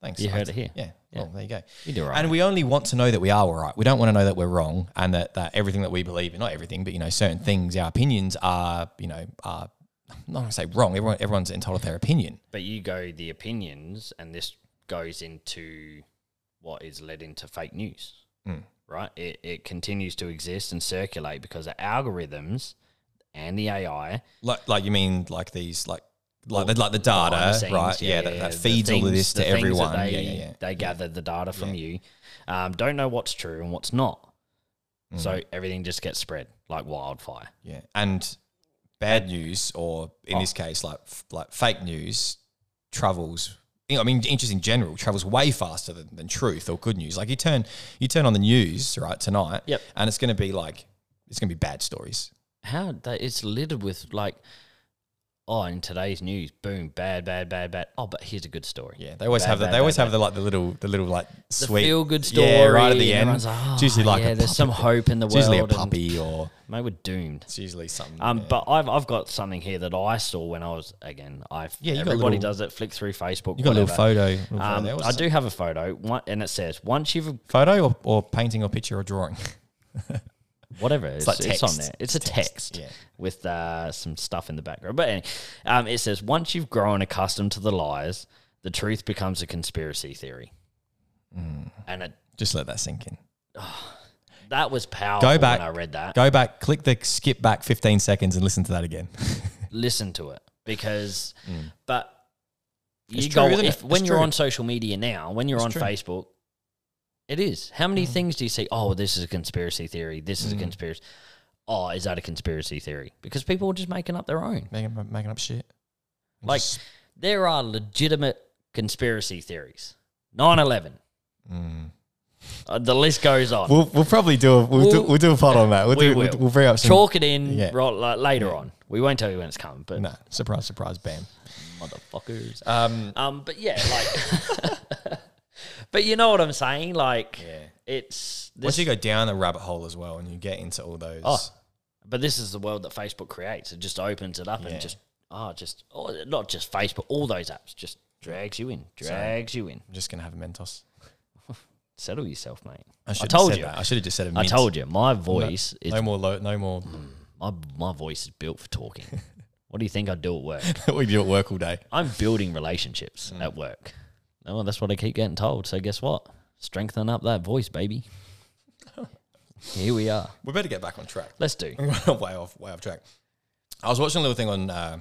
[SPEAKER 4] Thanks.
[SPEAKER 3] You
[SPEAKER 4] I-
[SPEAKER 3] heard it here.
[SPEAKER 4] Yeah. Well, there you go.
[SPEAKER 3] You do all right.
[SPEAKER 4] And we only want to know that we are all right. We don't want to know that we're wrong and that, that everything that we believe in, not everything, but you know, certain things, our opinions are, you know, are I'm not gonna say wrong. Everyone everyone's entitled to their opinion.
[SPEAKER 3] but you go the opinions, and this goes into what is led into fake news,
[SPEAKER 4] Mm.
[SPEAKER 3] right? It, it continues to exist and circulate because the algorithms and the AI
[SPEAKER 4] Like like you mean like these like like the, like the data,
[SPEAKER 3] behind the scenes,
[SPEAKER 4] right? Yeah, that, that
[SPEAKER 3] the
[SPEAKER 4] feeds all of
[SPEAKER 3] things-
[SPEAKER 4] this
[SPEAKER 3] the
[SPEAKER 4] to
[SPEAKER 3] things that
[SPEAKER 4] everyone.
[SPEAKER 3] They,
[SPEAKER 4] yeah, yeah, yeah.
[SPEAKER 3] They gather the data from you, um, don't know what's true and what's not.
[SPEAKER 4] Mm.
[SPEAKER 3] So everything just gets spread like wildfire.
[SPEAKER 4] Yeah, and bad news, or in this
[SPEAKER 3] Oh.
[SPEAKER 4] case, like f- like fake news, travels. you know, I mean, just in general, travels way faster than, than truth or good news. Like you turn you turn on the news right tonight,
[SPEAKER 3] Yep.
[SPEAKER 4] and it's going to be like it's going to be bad stories.
[SPEAKER 3] How that it's littered with like, oh, in today's news, boom, bad, bad, bad, bad. Oh, but here's a good story.
[SPEAKER 4] Yeah, they always
[SPEAKER 3] Bad,
[SPEAKER 4] have that.
[SPEAKER 3] bad,
[SPEAKER 4] They always
[SPEAKER 3] bad,
[SPEAKER 4] have the like the little the little like sweet
[SPEAKER 3] feel good
[SPEAKER 4] Yeah, right at
[SPEAKER 3] story,
[SPEAKER 4] the
[SPEAKER 3] and
[SPEAKER 4] end.
[SPEAKER 3] everyone's like,
[SPEAKER 4] it's usually
[SPEAKER 3] "Oh,
[SPEAKER 4] like
[SPEAKER 3] yeah,
[SPEAKER 4] a
[SPEAKER 3] there's some
[SPEAKER 4] puppy-
[SPEAKER 3] hope in the
[SPEAKER 4] it's Usually a
[SPEAKER 3] world and-
[SPEAKER 4] puppy or
[SPEAKER 3] Mate, we're doomed.
[SPEAKER 4] it's usually something.
[SPEAKER 3] Um,
[SPEAKER 4] yeah.
[SPEAKER 3] but I've I've got something here that I saw when I was again. I
[SPEAKER 4] Yeah,
[SPEAKER 3] yeah,
[SPEAKER 4] you got a
[SPEAKER 3] everybody
[SPEAKER 4] little-
[SPEAKER 3] does it. Flick through Facebook.
[SPEAKER 4] you got a little
[SPEAKER 3] whatever.
[SPEAKER 4] photo. little photo
[SPEAKER 3] Um,
[SPEAKER 4] there. What's
[SPEAKER 3] I
[SPEAKER 4] that?
[SPEAKER 3] do have a photo, one, and it says once you've
[SPEAKER 4] photo or, or painting or picture or drawing.
[SPEAKER 3] whatever it's,
[SPEAKER 4] like
[SPEAKER 3] it's on
[SPEAKER 4] text.
[SPEAKER 3] there. It's, a text,
[SPEAKER 4] yeah.
[SPEAKER 3] with uh, some stuff in the background. But anyway, um, it says once you've grown accustomed to the lies, the truth becomes a conspiracy theory,
[SPEAKER 4] Hmm.
[SPEAKER 3] and it,
[SPEAKER 4] Just let that sink in.
[SPEAKER 3] that was powerful.
[SPEAKER 4] Go back.
[SPEAKER 3] when I read that.
[SPEAKER 4] Go back. Click the skip back 15 seconds and listen to that again.
[SPEAKER 3] listen to it because but
[SPEAKER 4] Hmm. It's
[SPEAKER 3] you
[SPEAKER 4] true,
[SPEAKER 3] go
[SPEAKER 4] isn't it?
[SPEAKER 3] if, when
[SPEAKER 4] It's
[SPEAKER 3] you're
[SPEAKER 4] true.
[SPEAKER 3] on social media now when you're
[SPEAKER 4] It's
[SPEAKER 3] on
[SPEAKER 4] true. Hmm.
[SPEAKER 3] facebook it is how many things do you see oh this is a conspiracy theory this is a conspiracy oh is that a conspiracy theory because people are just making up their own
[SPEAKER 4] making, making up shit.
[SPEAKER 3] like
[SPEAKER 4] Just-
[SPEAKER 3] there are legitimate conspiracy theories 9-11 Uh, the list goes on
[SPEAKER 4] Mm. we'll, we'll probably do a we'll, do,
[SPEAKER 3] We'll-
[SPEAKER 4] we'll do a part on that. We'll
[SPEAKER 3] We
[SPEAKER 4] do,
[SPEAKER 3] will.
[SPEAKER 4] We'll, we'll bring up some
[SPEAKER 3] chalk it in
[SPEAKER 4] Yeah.
[SPEAKER 3] right, like, later on we won't tell you when it's coming but
[SPEAKER 4] No, surprise, surprise, bam.
[SPEAKER 3] motherfuckers
[SPEAKER 4] Um,
[SPEAKER 3] Um, but yeah, like, but you know what I'm saying? Like,
[SPEAKER 4] Yeah.
[SPEAKER 3] it's this,
[SPEAKER 4] once you go down the rabbit hole as well, and you get into all those.
[SPEAKER 3] oh, but this is the world that Facebook creates. It just opens it up
[SPEAKER 4] Yeah.
[SPEAKER 3] and just oh, just oh, not just Facebook, all those apps just drags you in, drags you in.
[SPEAKER 4] I'm just gonna have a Mentos.
[SPEAKER 3] Settle yourself, mate.
[SPEAKER 4] I, should
[SPEAKER 3] told
[SPEAKER 4] have said
[SPEAKER 3] you.
[SPEAKER 4] That. I should have just said a
[SPEAKER 3] I
[SPEAKER 4] mint.
[SPEAKER 3] told you, Mm. my voice is
[SPEAKER 4] No more. Lo- no more.
[SPEAKER 3] my my voice is built for talking. what do you think I do at work?
[SPEAKER 4] we do at work all day.
[SPEAKER 3] I'm building relationships at work. Oh, that's what I keep getting told. So guess what? Strengthen up that voice, baby. Here we are.
[SPEAKER 4] We better get back on track.
[SPEAKER 3] Let's do.
[SPEAKER 4] way off, way off track. I was watching a little thing on uh,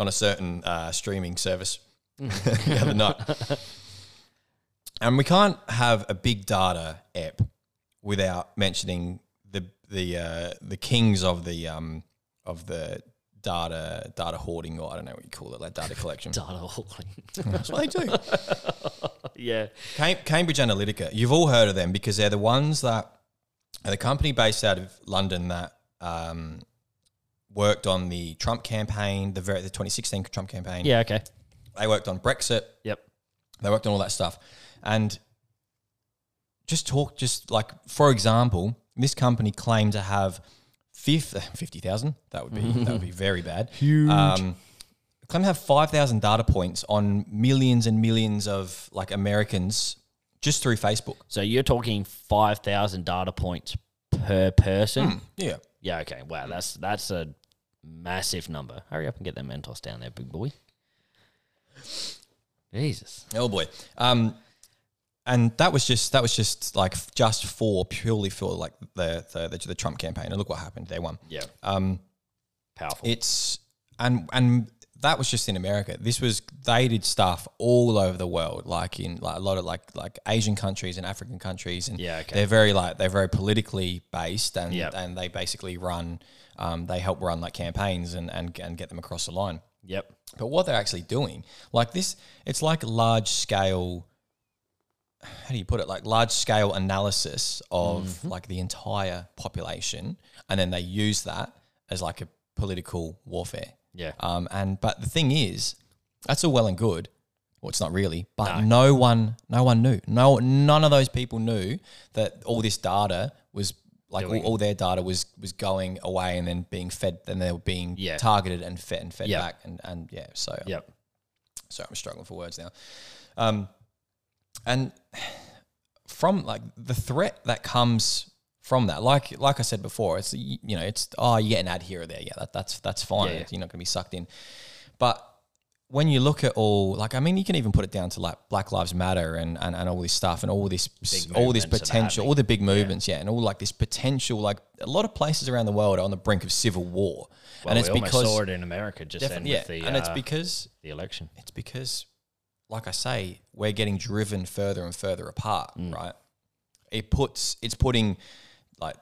[SPEAKER 4] on a certain uh, streaming service the other night, and we can't have a big data app without mentioning the the uh, the kings of the um, of the data data hoarding, or I don't know what you call it, like data collection.
[SPEAKER 3] Data hauling.
[SPEAKER 4] That's what they do.
[SPEAKER 3] yeah.
[SPEAKER 4] Cam- Cambridge Analytica. You've all heard of them because they're the ones that are the company based out of London that um, worked on the Trump campaign, the very the 2016 Trump campaign.
[SPEAKER 3] Yeah. Okay.
[SPEAKER 4] They worked on Brexit.
[SPEAKER 3] Yep.
[SPEAKER 4] They worked on all that stuff, and just talk. Just like for example, this company claimed to have fifth- 50,000. That would be that would be very bad. Huge. Um, claim to have 5,000 data points on millions and millions of like Americans just through Facebook.
[SPEAKER 3] So you're talking five thousand data points per person.
[SPEAKER 4] Yeah.
[SPEAKER 3] Yeah. Okay. Wow. That's that's a massive number. Hurry up and get that Mentos down there, big boy. Jesus.
[SPEAKER 4] Oh boy. Um, and that was just that was just like f- just for purely for like the the, the, the Trump campaign. And look what happened. They won.
[SPEAKER 3] Yeah.
[SPEAKER 4] Um,
[SPEAKER 3] Powerful.
[SPEAKER 4] it's and and that was just in America. This was they did stuff all over the world, like in like a lot of like like Asian countries and African countries, and
[SPEAKER 3] Yeah, okay.
[SPEAKER 4] they're very like they're very politically based, and
[SPEAKER 3] Yep.
[SPEAKER 4] and they basically run, um, they help run like campaigns and and and get them across the line.
[SPEAKER 3] yep.
[SPEAKER 4] But what they're actually doing, like this, it's like large scale. How do you put it? Like large scale analysis of
[SPEAKER 3] Mm-hmm.
[SPEAKER 4] like the entire population, and then they use that as like a political warfare.
[SPEAKER 3] Yeah.
[SPEAKER 4] Um. And but the thing is, that's all well and good. Well, it's not really, but no, one, no one knew. No, none of those people knew that all this data was like all, all their data was was going away and then being fed, and they were being
[SPEAKER 3] Yeah.
[SPEAKER 4] targeted and fed and fed
[SPEAKER 3] Yeah.
[SPEAKER 4] back and and yeah. So
[SPEAKER 3] Yep.
[SPEAKER 4] sorry, I'm struggling for words now. Um, and from like the threat that comes from that, like like I said before, it's you know it's oh you get an ad here or there, yeah that, that's that's fine,
[SPEAKER 3] Yeah, yeah.
[SPEAKER 4] you're not going to be sucked in. But when you look at all, like I mean, you can even put it down to like Black Lives Matter and and, and all this stuff and all this all
[SPEAKER 3] movements
[SPEAKER 4] this
[SPEAKER 3] that are
[SPEAKER 4] potential, all the big movements, yeah. and all like this potential, like a lot of places around the world are on the brink of civil war,
[SPEAKER 3] Well,
[SPEAKER 4] and it's
[SPEAKER 3] we
[SPEAKER 4] because
[SPEAKER 3] almost saw it in America just then
[SPEAKER 4] definitely, yeah,
[SPEAKER 3] with the,
[SPEAKER 4] and it's
[SPEAKER 3] uh,
[SPEAKER 4] because
[SPEAKER 3] the election.
[SPEAKER 4] it's because, like I say, we're getting driven further and further apart,
[SPEAKER 3] Mm.
[SPEAKER 4] right? It puts it's putting like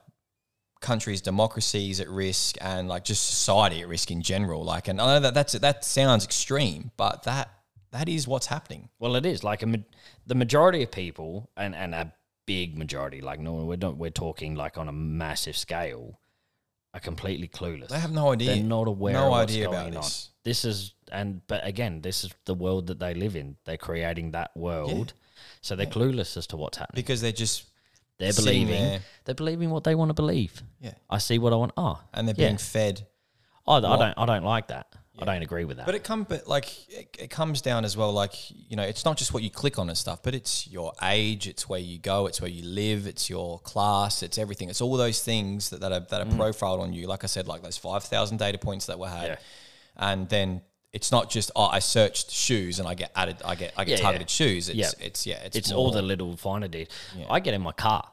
[SPEAKER 4] countries, democracies at risk, and like just society at risk in general. Like, and I know that that's that sounds extreme, but that that is what's happening.
[SPEAKER 3] Well, it is like a, ma- the majority of people, and, and a big majority, like no, we're not, we're talking like on a massive scale, are completely clueless.
[SPEAKER 4] They have no idea.
[SPEAKER 3] They're not aware.
[SPEAKER 4] No
[SPEAKER 3] of what's
[SPEAKER 4] idea
[SPEAKER 3] going
[SPEAKER 4] about
[SPEAKER 3] on.
[SPEAKER 4] this.
[SPEAKER 3] This is and but again, this is the world that they live in. They're creating that world, so they're clueless as to what's happening.
[SPEAKER 4] because they're just
[SPEAKER 3] They're
[SPEAKER 4] sitting
[SPEAKER 3] believing.
[SPEAKER 4] there.
[SPEAKER 3] They're believing what they want to believe.
[SPEAKER 4] Yeah.
[SPEAKER 3] I see what I want. Oh,
[SPEAKER 4] and they're
[SPEAKER 3] yeah.
[SPEAKER 4] being fed
[SPEAKER 3] Oh, I don't. I don't like that. I don't agree with that.
[SPEAKER 4] But it comes, but like it, it comes down as well. Like you know, it's not just what you click on and stuff, but it's your age, it's where you go, it's where you live, it's your class, it's everything. It's all those things that, that are that are profiled on you. Like I said, like those five thousand data points that were had,
[SPEAKER 3] Mm. Yeah.
[SPEAKER 4] and then it's not just oh, I searched shoes and I get added, I get I get
[SPEAKER 3] Yeah,
[SPEAKER 4] targeted shoes. It's
[SPEAKER 3] Yeah.
[SPEAKER 4] it's yeah, it's,
[SPEAKER 3] it's all
[SPEAKER 4] more-
[SPEAKER 3] the little finer details. I get in my car,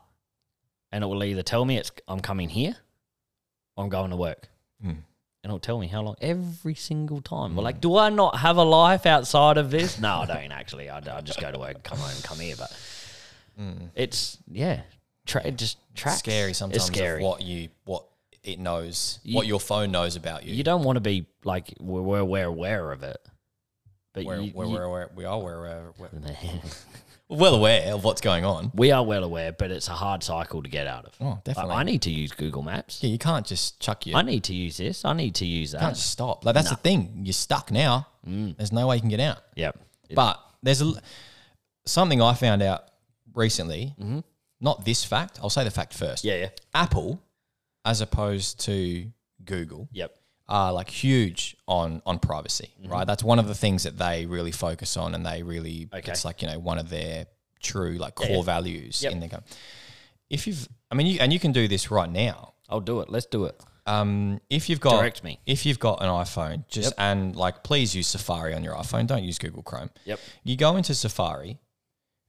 [SPEAKER 3] and it will either tell me it's I'm coming here, or I'm going to work,
[SPEAKER 4] Hmm.
[SPEAKER 3] and it'll tell me how long every single time. We're like, do I not have a life outside of this? no, I don't actually. I, I just go to work, come home, come here. But it's yeah, tra- it just tracks.
[SPEAKER 4] Hmm. scary sometimes.
[SPEAKER 3] It's scary.
[SPEAKER 4] Of what you what it knows,
[SPEAKER 3] You-
[SPEAKER 4] what your phone knows about you.
[SPEAKER 3] You don't want to be like we're we're, we're aware of it, but
[SPEAKER 4] we're,
[SPEAKER 3] you-
[SPEAKER 4] we're,
[SPEAKER 3] you- Mm.
[SPEAKER 4] we're, aware- we are aware- we're, we're well aware of what's going on.
[SPEAKER 3] we are well aware, but it's a hard cycle to get out of.
[SPEAKER 4] Oh,
[SPEAKER 3] Like,
[SPEAKER 4] definitely.
[SPEAKER 3] I need to use Google Maps.
[SPEAKER 4] Yeah, you can't just chuck your.
[SPEAKER 3] I
[SPEAKER 4] You
[SPEAKER 3] need to use this. I need to use
[SPEAKER 4] can't
[SPEAKER 3] that.
[SPEAKER 4] just stop. Like that's the thing. You're stuck now. There's no way you can get out.
[SPEAKER 3] Mm. Yep.
[SPEAKER 4] But there's a, l- something I found out recently. Not this fact. I'll say the fact first.
[SPEAKER 3] Mm-hmm. Yeah, yeah.
[SPEAKER 4] Apple, as opposed to Google,
[SPEAKER 3] Yep.
[SPEAKER 4] are like huge on on privacy,
[SPEAKER 3] Mm-hmm.
[SPEAKER 4] right? That's one of the things that they really focus on, and they really
[SPEAKER 3] Okay.
[SPEAKER 4] it's like you know one of their true like core values
[SPEAKER 3] Yep.
[SPEAKER 4] in their. com- If you've, I mean, you, and you can do this right now.
[SPEAKER 3] I'll do it. Let's do it.
[SPEAKER 4] Um, if you've got
[SPEAKER 3] Direct me.
[SPEAKER 4] if you've got an iPhone, just and like please use Safari on your iPhone. Don't use Google Chrome.
[SPEAKER 3] Yep.
[SPEAKER 4] You go into Safari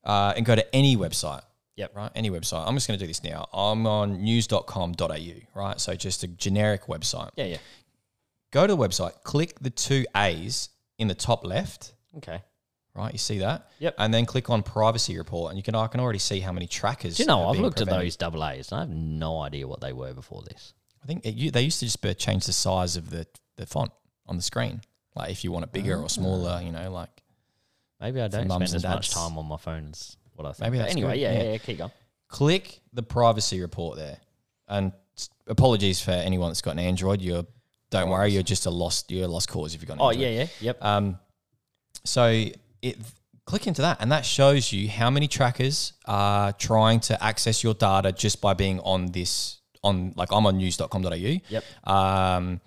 [SPEAKER 4] uh, and go to any website.
[SPEAKER 3] Yep.
[SPEAKER 4] Right, any website. I'm just going to do this now. I'm on news.com.au, right? So just a generic website.
[SPEAKER 3] Yeah, yeah.
[SPEAKER 4] Go to the website, click the two A's in the top left,
[SPEAKER 3] Okay.
[SPEAKER 4] right? You see that?
[SPEAKER 3] Yep.
[SPEAKER 4] And then click on privacy report and you can I can already see how many trackers.
[SPEAKER 3] Do you know,
[SPEAKER 4] are
[SPEAKER 3] I've
[SPEAKER 4] being
[SPEAKER 3] looked at
[SPEAKER 4] prevented.
[SPEAKER 3] those double A's and I have no idea what they were before this.
[SPEAKER 4] I think it, you, they used to just be- change the size of the, the font on the screen. Like if you want it bigger
[SPEAKER 3] Ah.
[SPEAKER 4] or smaller, you know, like
[SPEAKER 3] Maybe I don't
[SPEAKER 4] mums
[SPEAKER 3] spend
[SPEAKER 4] and
[SPEAKER 3] as much
[SPEAKER 4] dads.
[SPEAKER 3] time on my phone as what I think.
[SPEAKER 4] Maybe
[SPEAKER 3] But
[SPEAKER 4] that's
[SPEAKER 3] anyway,
[SPEAKER 4] good,
[SPEAKER 3] yeah,
[SPEAKER 4] yeah.
[SPEAKER 3] yeah, yeah, keep going.
[SPEAKER 4] click the privacy report there. And s- apologies for anyone that's got an Android. You're don't worry, you're just a lost you're a lost cause if you've got an
[SPEAKER 3] Oh,
[SPEAKER 4] Android.
[SPEAKER 3] yeah, yeah. Yep.
[SPEAKER 4] Um, so it click into that, and that shows you how many trackers are trying to access your data just by being on this on like I'm on news.com.au. Yep. Um,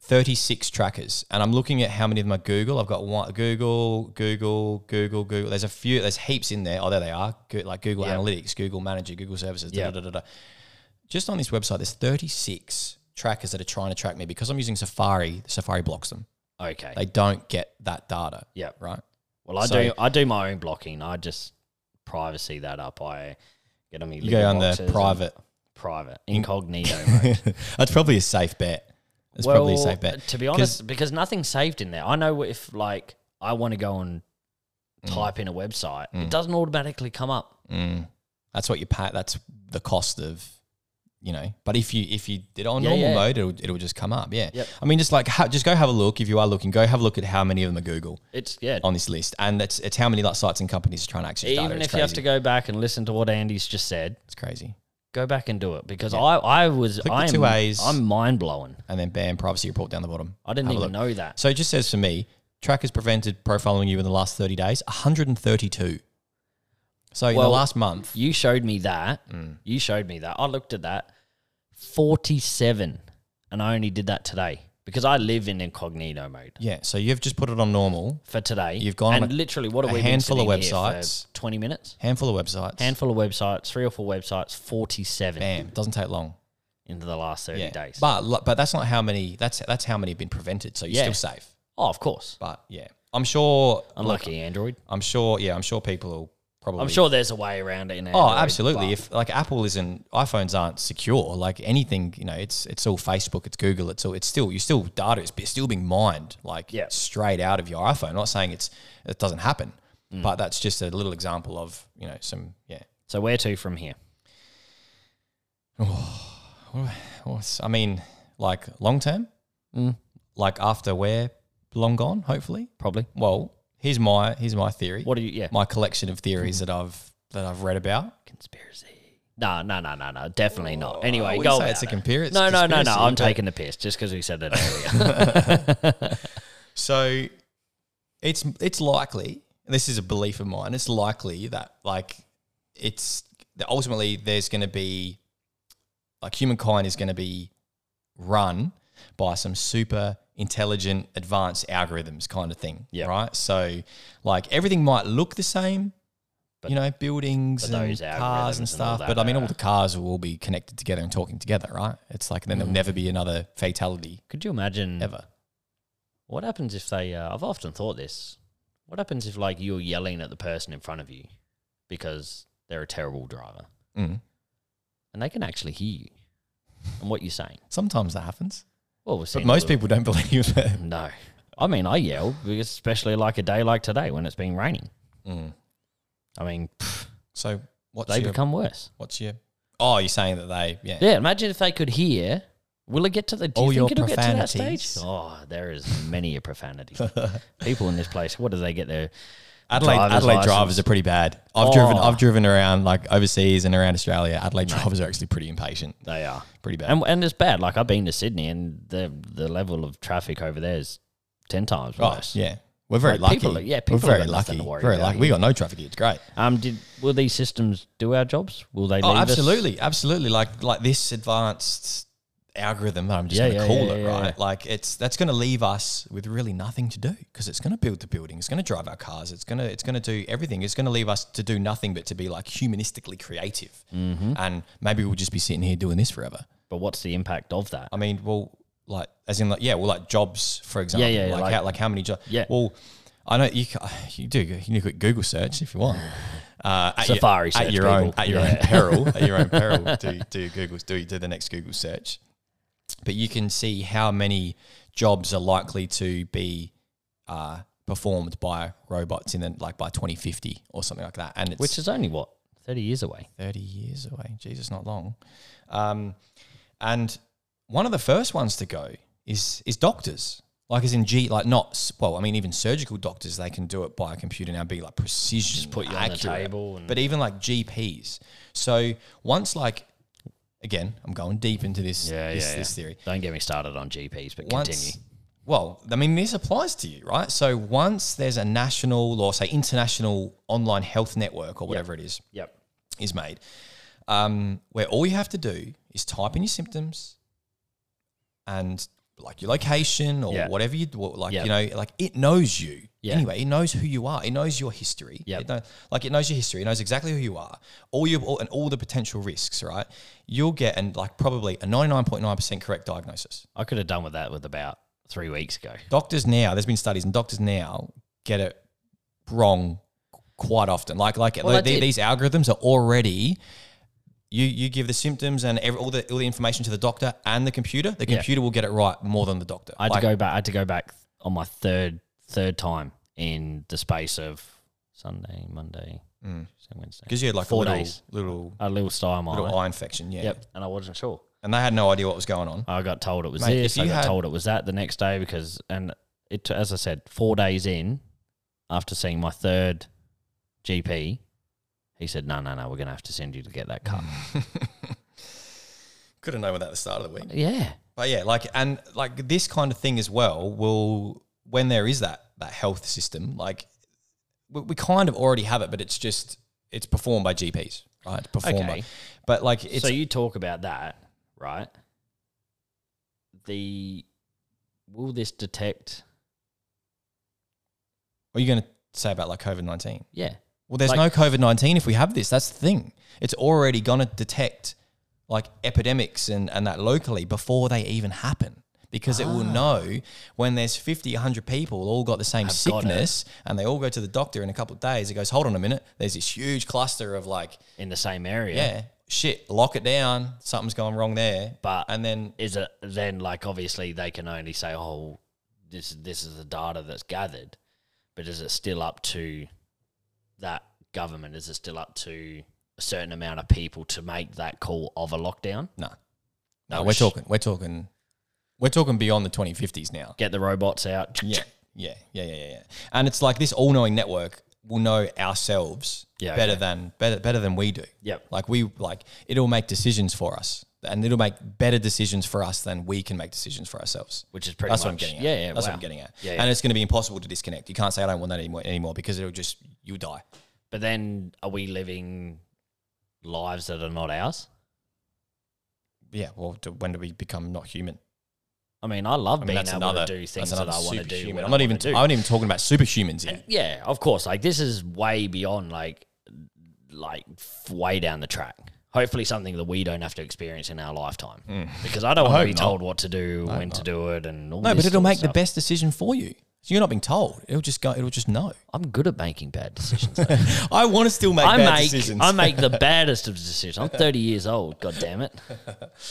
[SPEAKER 4] 36 trackers, and I'm looking at how many of them are Google. I've got one Google, Google, Google, Google. There's a few. There's heaps in there. Oh, there they are. Go, like Google
[SPEAKER 3] Yep.
[SPEAKER 4] Analytics, Google Manager, Google Services. Da,
[SPEAKER 3] Yep.
[SPEAKER 4] da, da, da, da. Just on this website, there's 36 trackers that are trying to track me because I'm using Safari. Safari blocks them
[SPEAKER 3] okay.
[SPEAKER 4] they don't get that data.
[SPEAKER 3] Yep.
[SPEAKER 4] Right.
[SPEAKER 3] Well, I
[SPEAKER 4] So-
[SPEAKER 3] do I do my own blocking. I just privacy that up. I get on my
[SPEAKER 4] You go on the
[SPEAKER 3] boxes
[SPEAKER 4] private.
[SPEAKER 3] private incognito mode.
[SPEAKER 4] That's probably a safe bet. That's
[SPEAKER 3] well,
[SPEAKER 4] probably a safe bet.
[SPEAKER 3] to be
[SPEAKER 4] 'Cause-
[SPEAKER 3] honest, because nothing's saved in there. I know if like I want to go and type in a website, it doesn't automatically come up.
[SPEAKER 4] Mm. that's what you pay. That's the cost of, you know. But if you if you did it on
[SPEAKER 3] Yeah,
[SPEAKER 4] normal
[SPEAKER 3] yeah.
[SPEAKER 4] mode, it'll it'll just come up. Yeah.
[SPEAKER 3] Yep.
[SPEAKER 4] I mean, just like ha- just go have a look if you are looking. Go have a look at how many of them are Google
[SPEAKER 3] It's yeah.
[SPEAKER 4] on this list, and that's it's how many like sites and companies are trying to access data.
[SPEAKER 3] Even
[SPEAKER 4] Oh, It's
[SPEAKER 3] if you have
[SPEAKER 4] crazy.
[SPEAKER 3] to go back and listen to what Andy's just said,
[SPEAKER 4] it's crazy.
[SPEAKER 3] go back and do it because I I was
[SPEAKER 4] Click the
[SPEAKER 3] I am
[SPEAKER 4] two A's.
[SPEAKER 3] I'm mind blowing.
[SPEAKER 4] And then bam, privacy report down the bottom.
[SPEAKER 3] I didn't
[SPEAKER 4] Have a
[SPEAKER 3] even
[SPEAKER 4] look.
[SPEAKER 3] know that.
[SPEAKER 4] So it just says for me, trackers prevented profiling you in the last thirty days, one hundred and thirty-two. So in the
[SPEAKER 3] Well,
[SPEAKER 4] last month, Mm.
[SPEAKER 3] You showed me that. You showed me that. I looked at that. 47. And I only did that today because I live in incognito mode
[SPEAKER 4] yeah. So you've just put it on normal.
[SPEAKER 3] for today.
[SPEAKER 4] You've gone on
[SPEAKER 3] and
[SPEAKER 4] a-
[SPEAKER 3] literally what are
[SPEAKER 4] a
[SPEAKER 3] we been
[SPEAKER 4] handful of
[SPEAKER 3] sitting here for
[SPEAKER 4] websites.
[SPEAKER 3] 20 minutes.
[SPEAKER 4] Handful of websites.
[SPEAKER 3] Handful of websites, three or four websites, 47
[SPEAKER 4] Bam. Doesn't take long.
[SPEAKER 3] into the last 30 days.
[SPEAKER 4] But lo- but that's not how many. That's that's how many have been prevented. So you're
[SPEAKER 3] Yeah.
[SPEAKER 4] still safe.
[SPEAKER 3] oh, of course.
[SPEAKER 4] But yeah, I'm sure.
[SPEAKER 3] Unlucky Android.
[SPEAKER 4] I'm sure. Yeah, I'm sure people will probably.
[SPEAKER 3] I'm sure there's a way around it in
[SPEAKER 4] Oh,
[SPEAKER 3] Android.
[SPEAKER 4] absolutely.
[SPEAKER 3] but-
[SPEAKER 4] If like Apple isn't, iPhones aren't secure. Like anything, you know, it's it's all Facebook, it's Google, it's all it's still you still data is be- still being mined like
[SPEAKER 3] Yeah.
[SPEAKER 4] straight out of your iPhone. I'm not saying it's it doesn't happen,
[SPEAKER 3] Mm.
[SPEAKER 4] but that's just a little example of you know some yeah.
[SPEAKER 3] so where to from here?
[SPEAKER 4] Well, it's- I mean, like long term,
[SPEAKER 3] Mm.
[SPEAKER 4] like after we're long gone, hopefully.
[SPEAKER 3] Probably.
[SPEAKER 4] Well, here's my here's my theory.
[SPEAKER 3] What do you, yeah.
[SPEAKER 4] my collection of theories that I've that I've read about.
[SPEAKER 3] conspiracy. No, no, no, no, no. Definitely not. Anyway,
[SPEAKER 4] wouldn't
[SPEAKER 3] go
[SPEAKER 4] say
[SPEAKER 3] about
[SPEAKER 4] it's a
[SPEAKER 3] it.
[SPEAKER 4] compira-
[SPEAKER 3] No, no, no, no.
[SPEAKER 4] conspiracy,
[SPEAKER 3] I'm
[SPEAKER 4] but-
[SPEAKER 3] taking the piss just because we said it earlier.
[SPEAKER 4] So it's it's likely, and this is a belief of mine, it's likely that like it's that ultimately there's gonna be like humankind is gonna be run by some super intelligent advanced algorithms kind of thing.
[SPEAKER 3] Yep.
[SPEAKER 4] Right. So like everything might look the same.
[SPEAKER 3] But-
[SPEAKER 4] you know, buildings
[SPEAKER 3] but
[SPEAKER 4] and
[SPEAKER 3] those
[SPEAKER 4] cars
[SPEAKER 3] algorithms
[SPEAKER 4] and
[SPEAKER 3] and
[SPEAKER 4] stuff.
[SPEAKER 3] all that
[SPEAKER 4] but I mean, all
[SPEAKER 3] are-
[SPEAKER 4] the cars will be connected together and talking together, right? It's like then there'll
[SPEAKER 3] Mm.
[SPEAKER 4] never be another fatality
[SPEAKER 3] Could you imagine
[SPEAKER 4] ever.
[SPEAKER 3] what happens if they? Uh, I've often thought this. What happens if like you're yelling at the person in front of you because they're a terrible driver
[SPEAKER 4] Mm.
[SPEAKER 3] and they can actually hear you and what you're saying?
[SPEAKER 4] Sometimes that happens.
[SPEAKER 3] Well, we've seen
[SPEAKER 4] But
[SPEAKER 3] it
[SPEAKER 4] most
[SPEAKER 3] with-
[SPEAKER 4] people don't believe that.
[SPEAKER 3] No, I mean I yell, because especially like a day like today when it's been raining. Mm. I mean, pff,
[SPEAKER 4] So what's
[SPEAKER 3] they
[SPEAKER 4] your,
[SPEAKER 3] become worse.
[SPEAKER 4] what's your? Oh, you're saying that they yeah.
[SPEAKER 3] Yeah, imagine if they could hear. Will it get to the? Do
[SPEAKER 4] All
[SPEAKER 3] you
[SPEAKER 4] your
[SPEAKER 3] think it'll get to that stage?
[SPEAKER 4] profanities.
[SPEAKER 3] Oh, there is many a profanity. People in this place, what do they get their
[SPEAKER 4] Adelaide
[SPEAKER 3] driver's
[SPEAKER 4] Adelaide
[SPEAKER 3] license?
[SPEAKER 4] drivers are pretty bad. I've driven
[SPEAKER 3] Oh.
[SPEAKER 4] I've driven around like overseas and around Australia. Adelaide drivers are actually pretty impatient.
[SPEAKER 3] They are
[SPEAKER 4] Pretty bad.
[SPEAKER 3] and and it's bad. Like I've been to Sydney, and the the level of traffic over there is ten times
[SPEAKER 4] oh,
[SPEAKER 3] worse.
[SPEAKER 4] yeah. We're very
[SPEAKER 3] Like,
[SPEAKER 4] lucky.
[SPEAKER 3] people are- yeah, people
[SPEAKER 4] We're very
[SPEAKER 3] have got
[SPEAKER 4] lucky.
[SPEAKER 3] nothing to worry
[SPEAKER 4] very
[SPEAKER 3] about
[SPEAKER 4] lucky. We got no traffic here. It's great.
[SPEAKER 3] Um. Did will these systems do our jobs? Will they?
[SPEAKER 4] Oh,
[SPEAKER 3] leave us?
[SPEAKER 4] absolutely, absolutely. Like like this advanced algorithm that I'm just
[SPEAKER 3] Yeah,
[SPEAKER 4] going to
[SPEAKER 3] yeah,
[SPEAKER 4] call
[SPEAKER 3] yeah,
[SPEAKER 4] it,
[SPEAKER 3] yeah,
[SPEAKER 4] right? Like it's that's going to leave us with really nothing to do because it's going to build the building, it's going to drive our cars, it's going to it's going to do everything. It's going to leave us to do nothing but to be like humanistically creative,
[SPEAKER 3] Mm-hmm.
[SPEAKER 4] and maybe we'll just be sitting here doing this forever.
[SPEAKER 3] But what's the impact of that?
[SPEAKER 4] I mean, well, like as in like yeah, well, like jobs for example,
[SPEAKER 3] yeah,
[SPEAKER 4] like,
[SPEAKER 3] like-
[SPEAKER 4] how like how many jobs?
[SPEAKER 3] Yeah.
[SPEAKER 4] well. I know you. ca- You do. You can do a quick Google search if you want. Uh, at your-
[SPEAKER 3] Safari
[SPEAKER 4] at
[SPEAKER 3] search,
[SPEAKER 4] your own
[SPEAKER 3] Google.
[SPEAKER 4] at your own
[SPEAKER 3] Yeah.
[SPEAKER 4] peril. At your own peril. Do do your Google. Do do the next Google search. But you can see how many jobs are likely to be uh, performed by robots in the, like by 2050 or something like that. And it's
[SPEAKER 3] Which is only what thirty years away.
[SPEAKER 4] 30 years away. Jesus, not long. Um, and one of the first ones to go is is doctors. Like as in G, like not s- well. I mean, even surgical doctors they can do it by a computer now, be like precision, just
[SPEAKER 3] put you on the table and-
[SPEAKER 4] But even like GPs. So once like, again, I'm going deep into this this, this theory.
[SPEAKER 3] Don't get me started on GPs, but continue.
[SPEAKER 4] Well, I mean, this applies to you, right? So once there's a national or say international online health network or whatever it is,
[SPEAKER 3] Yep.
[SPEAKER 4] is made, um, where all you have to do is type in your symptoms and like your location or
[SPEAKER 3] Yeah.
[SPEAKER 4] whatever you what- like,
[SPEAKER 3] Yeah.
[SPEAKER 4] you know, like it knows you.
[SPEAKER 3] Yeah.
[SPEAKER 4] Anyway, it knows who you are. It knows your history.
[SPEAKER 3] Yep.
[SPEAKER 4] It know- like it knows your history. It knows exactly who you are. All your all, and all the potential risks. Right. You'll get and like probably a ninety nine point nine percent correct diagnosis.
[SPEAKER 3] I could have done with that with about three weeks ago.
[SPEAKER 4] Doctors now, there's been studies, and doctors now get it wrong quite often. Like like
[SPEAKER 3] Well,
[SPEAKER 4] the-
[SPEAKER 3] that's it.
[SPEAKER 4] these algorithms are already. You, you give the symptoms and every, all the all the information to the doctor and the computer. The
[SPEAKER 3] Yeah.
[SPEAKER 4] computer will get it right more than the doctor.
[SPEAKER 3] I had
[SPEAKER 4] Like,
[SPEAKER 3] to go back. I had to go back on my third third time in the space of Sunday, Monday, Tuesday, Wednesday.
[SPEAKER 4] because you had like
[SPEAKER 3] four
[SPEAKER 4] a little,
[SPEAKER 3] days.
[SPEAKER 4] little
[SPEAKER 3] a little style
[SPEAKER 4] Mm. little
[SPEAKER 3] mile.
[SPEAKER 4] eye infection, yeah.
[SPEAKER 3] Yep, and I wasn't sure.
[SPEAKER 4] And they had no idea what was going on.
[SPEAKER 3] I got told it was
[SPEAKER 4] Mate,
[SPEAKER 3] this.
[SPEAKER 4] if
[SPEAKER 3] I
[SPEAKER 4] you
[SPEAKER 3] got
[SPEAKER 4] had-
[SPEAKER 3] told it was that the next day because, and it as I said, four days in after seeing my third GP, he said, "No, no, no, we're gonna have to send you to get that cut."
[SPEAKER 4] Could have known that at the start of the week.
[SPEAKER 3] yeah,
[SPEAKER 4] But yeah, like and like this kind of thing as well will when there is that that health system, like we, we kind of already have it, but it's just it's performed by GPs, right? It's Performed
[SPEAKER 3] Okay.
[SPEAKER 4] by, but like it's
[SPEAKER 3] so you talk about that, right? The will this detect?
[SPEAKER 4] what are you going to say about like COVID nineteen?
[SPEAKER 3] Yeah,
[SPEAKER 4] Well, there's
[SPEAKER 3] Like-
[SPEAKER 4] no COVID nineteen if we have this. That's the thing. It's already going to detect like epidemics and and that locally before they even happen. Because it will
[SPEAKER 3] Ah.
[SPEAKER 4] know when there's 50, 100 people all got the same
[SPEAKER 3] got it.
[SPEAKER 4] sickness and they all go to the doctor in a couple of days. It goes, hold on a minute. There's this huge cluster of like,
[SPEAKER 3] in the same area.
[SPEAKER 4] yeah, shit, lock it down. Something's gone wrong there.
[SPEAKER 3] But-
[SPEAKER 4] and then
[SPEAKER 3] is it then like obviously they can only say oh this this is the data that's gathered but is it still up to that government is it still up to a certain amount of people to make that call of a lockdown
[SPEAKER 4] no, no, we're
[SPEAKER 3] sh-
[SPEAKER 4] talking, we're talking, we're talking beyond the 2050s now.
[SPEAKER 3] get the robots out
[SPEAKER 4] Yeah, yeah, yeah, yeah, yeah, yeah. And it's like this all-knowing network will know ourselves
[SPEAKER 3] Yeah,
[SPEAKER 4] better
[SPEAKER 3] okay.
[SPEAKER 4] than better better than we do.
[SPEAKER 3] Yep.
[SPEAKER 4] Like we like it'll make decisions for us, and it'll make better decisions for us than we can make decisions for ourselves.
[SPEAKER 3] which is pretty
[SPEAKER 4] That's what I'm
[SPEAKER 3] much
[SPEAKER 4] getting at.
[SPEAKER 3] yeah yeah
[SPEAKER 4] That's what
[SPEAKER 3] wow.
[SPEAKER 4] I'm getting at.
[SPEAKER 3] yeah, yeah.
[SPEAKER 4] And it's going to be impossible to disconnect. You can't say I don't want that anymore, anymore because it'll just you'll die.
[SPEAKER 3] but then are we living lives that are not ours
[SPEAKER 4] Yeah. Well, do, when do we become not human?
[SPEAKER 3] I mean, I love
[SPEAKER 4] I mean,
[SPEAKER 3] being
[SPEAKER 4] that's
[SPEAKER 3] able
[SPEAKER 4] another
[SPEAKER 3] to do
[SPEAKER 4] that's
[SPEAKER 3] things that
[SPEAKER 4] another
[SPEAKER 3] I want to do.
[SPEAKER 4] superhuman.
[SPEAKER 3] when
[SPEAKER 4] I'm
[SPEAKER 3] I
[SPEAKER 4] not even.
[SPEAKER 3] wanna do.
[SPEAKER 4] I'm not even talking about superhumans here.
[SPEAKER 3] yeah, of course. Like this is way beyond like like f- way down the track. Hopefully, something that we don't have to experience in our lifetime, because I don't want to
[SPEAKER 4] Hmm. hope
[SPEAKER 3] be
[SPEAKER 4] not.
[SPEAKER 3] told what to do, when to do it, and all.
[SPEAKER 4] no,
[SPEAKER 3] this
[SPEAKER 4] but it'll
[SPEAKER 3] sort of
[SPEAKER 4] make the
[SPEAKER 3] stuff.
[SPEAKER 4] best decision for you. So you're not being told. It'll just go. It'll just know.
[SPEAKER 3] I'm good at making bad decisions. though.
[SPEAKER 4] I want to still make
[SPEAKER 3] I
[SPEAKER 4] bad
[SPEAKER 3] make
[SPEAKER 4] decisions.
[SPEAKER 3] I make the baddest of decisions. I'm 30 years old. God damn it!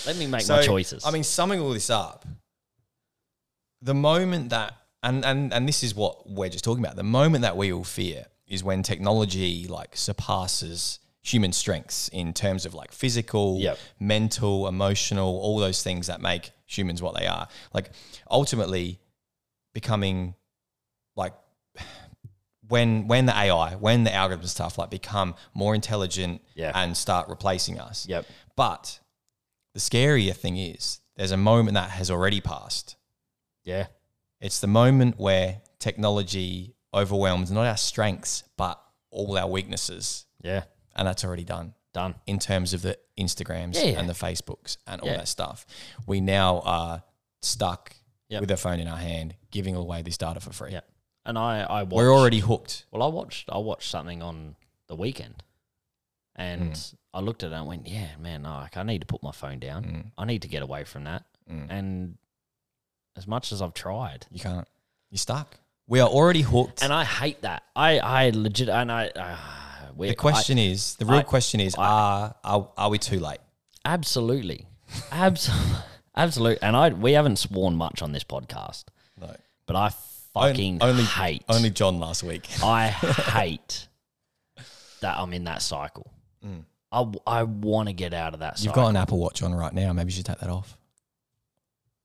[SPEAKER 3] Let me make my
[SPEAKER 4] So,
[SPEAKER 3] choices.
[SPEAKER 4] I mean, summing all this up, the moment that and and and this is what we're just talking about. The moment that we all fear is when technology like surpasses human strengths in terms of like physical,
[SPEAKER 3] Yep.
[SPEAKER 4] mental, emotional, all those things that make humans what they are. Like ultimately becoming like when when the AI, when the algorithm stuff like become more intelligent
[SPEAKER 3] Yeah.
[SPEAKER 4] and start replacing us.
[SPEAKER 3] Yep.
[SPEAKER 4] But the scarier thing is there's a moment that has already passed.
[SPEAKER 3] yeah,
[SPEAKER 4] It's the moment where technology overwhelms not our strengths but all our weaknesses,
[SPEAKER 3] yeah,
[SPEAKER 4] and that's already done
[SPEAKER 3] done.
[SPEAKER 4] in terms of the Instagrams
[SPEAKER 3] Yeah, yeah.
[SPEAKER 4] and the Facebooks and all
[SPEAKER 3] Yeah.
[SPEAKER 4] that stuff. We now are stuck
[SPEAKER 3] Yep.
[SPEAKER 4] with our phone in our hand, giving away this data for free.
[SPEAKER 3] Yeah, and I I watched,
[SPEAKER 4] We're already hooked.
[SPEAKER 3] Well, I watched I watched something on the weekend, and
[SPEAKER 4] Hmm.
[SPEAKER 3] I looked at it and went, "Yeah, man, no, like, I need to put my phone down.
[SPEAKER 4] Hmm.
[SPEAKER 3] I need to get away from that." And as much as I've tried,
[SPEAKER 4] You can't. You're stuck. We are already hooked.
[SPEAKER 3] and I hate that. I I legit and I. Uh, we,
[SPEAKER 4] the question is, the real question is, are, are are we too late?
[SPEAKER 3] I, absolutely, absolutely, absolutely. And I we haven't sworn much on this podcast,
[SPEAKER 4] No.
[SPEAKER 3] but I fucking
[SPEAKER 4] only
[SPEAKER 3] hate
[SPEAKER 4] only John last week.
[SPEAKER 3] I hate that I'm in that cycle. I w I I, want to get out of that cycle.
[SPEAKER 4] Hmm. You've got an Apple Watch on right now. Maybe you should take that off.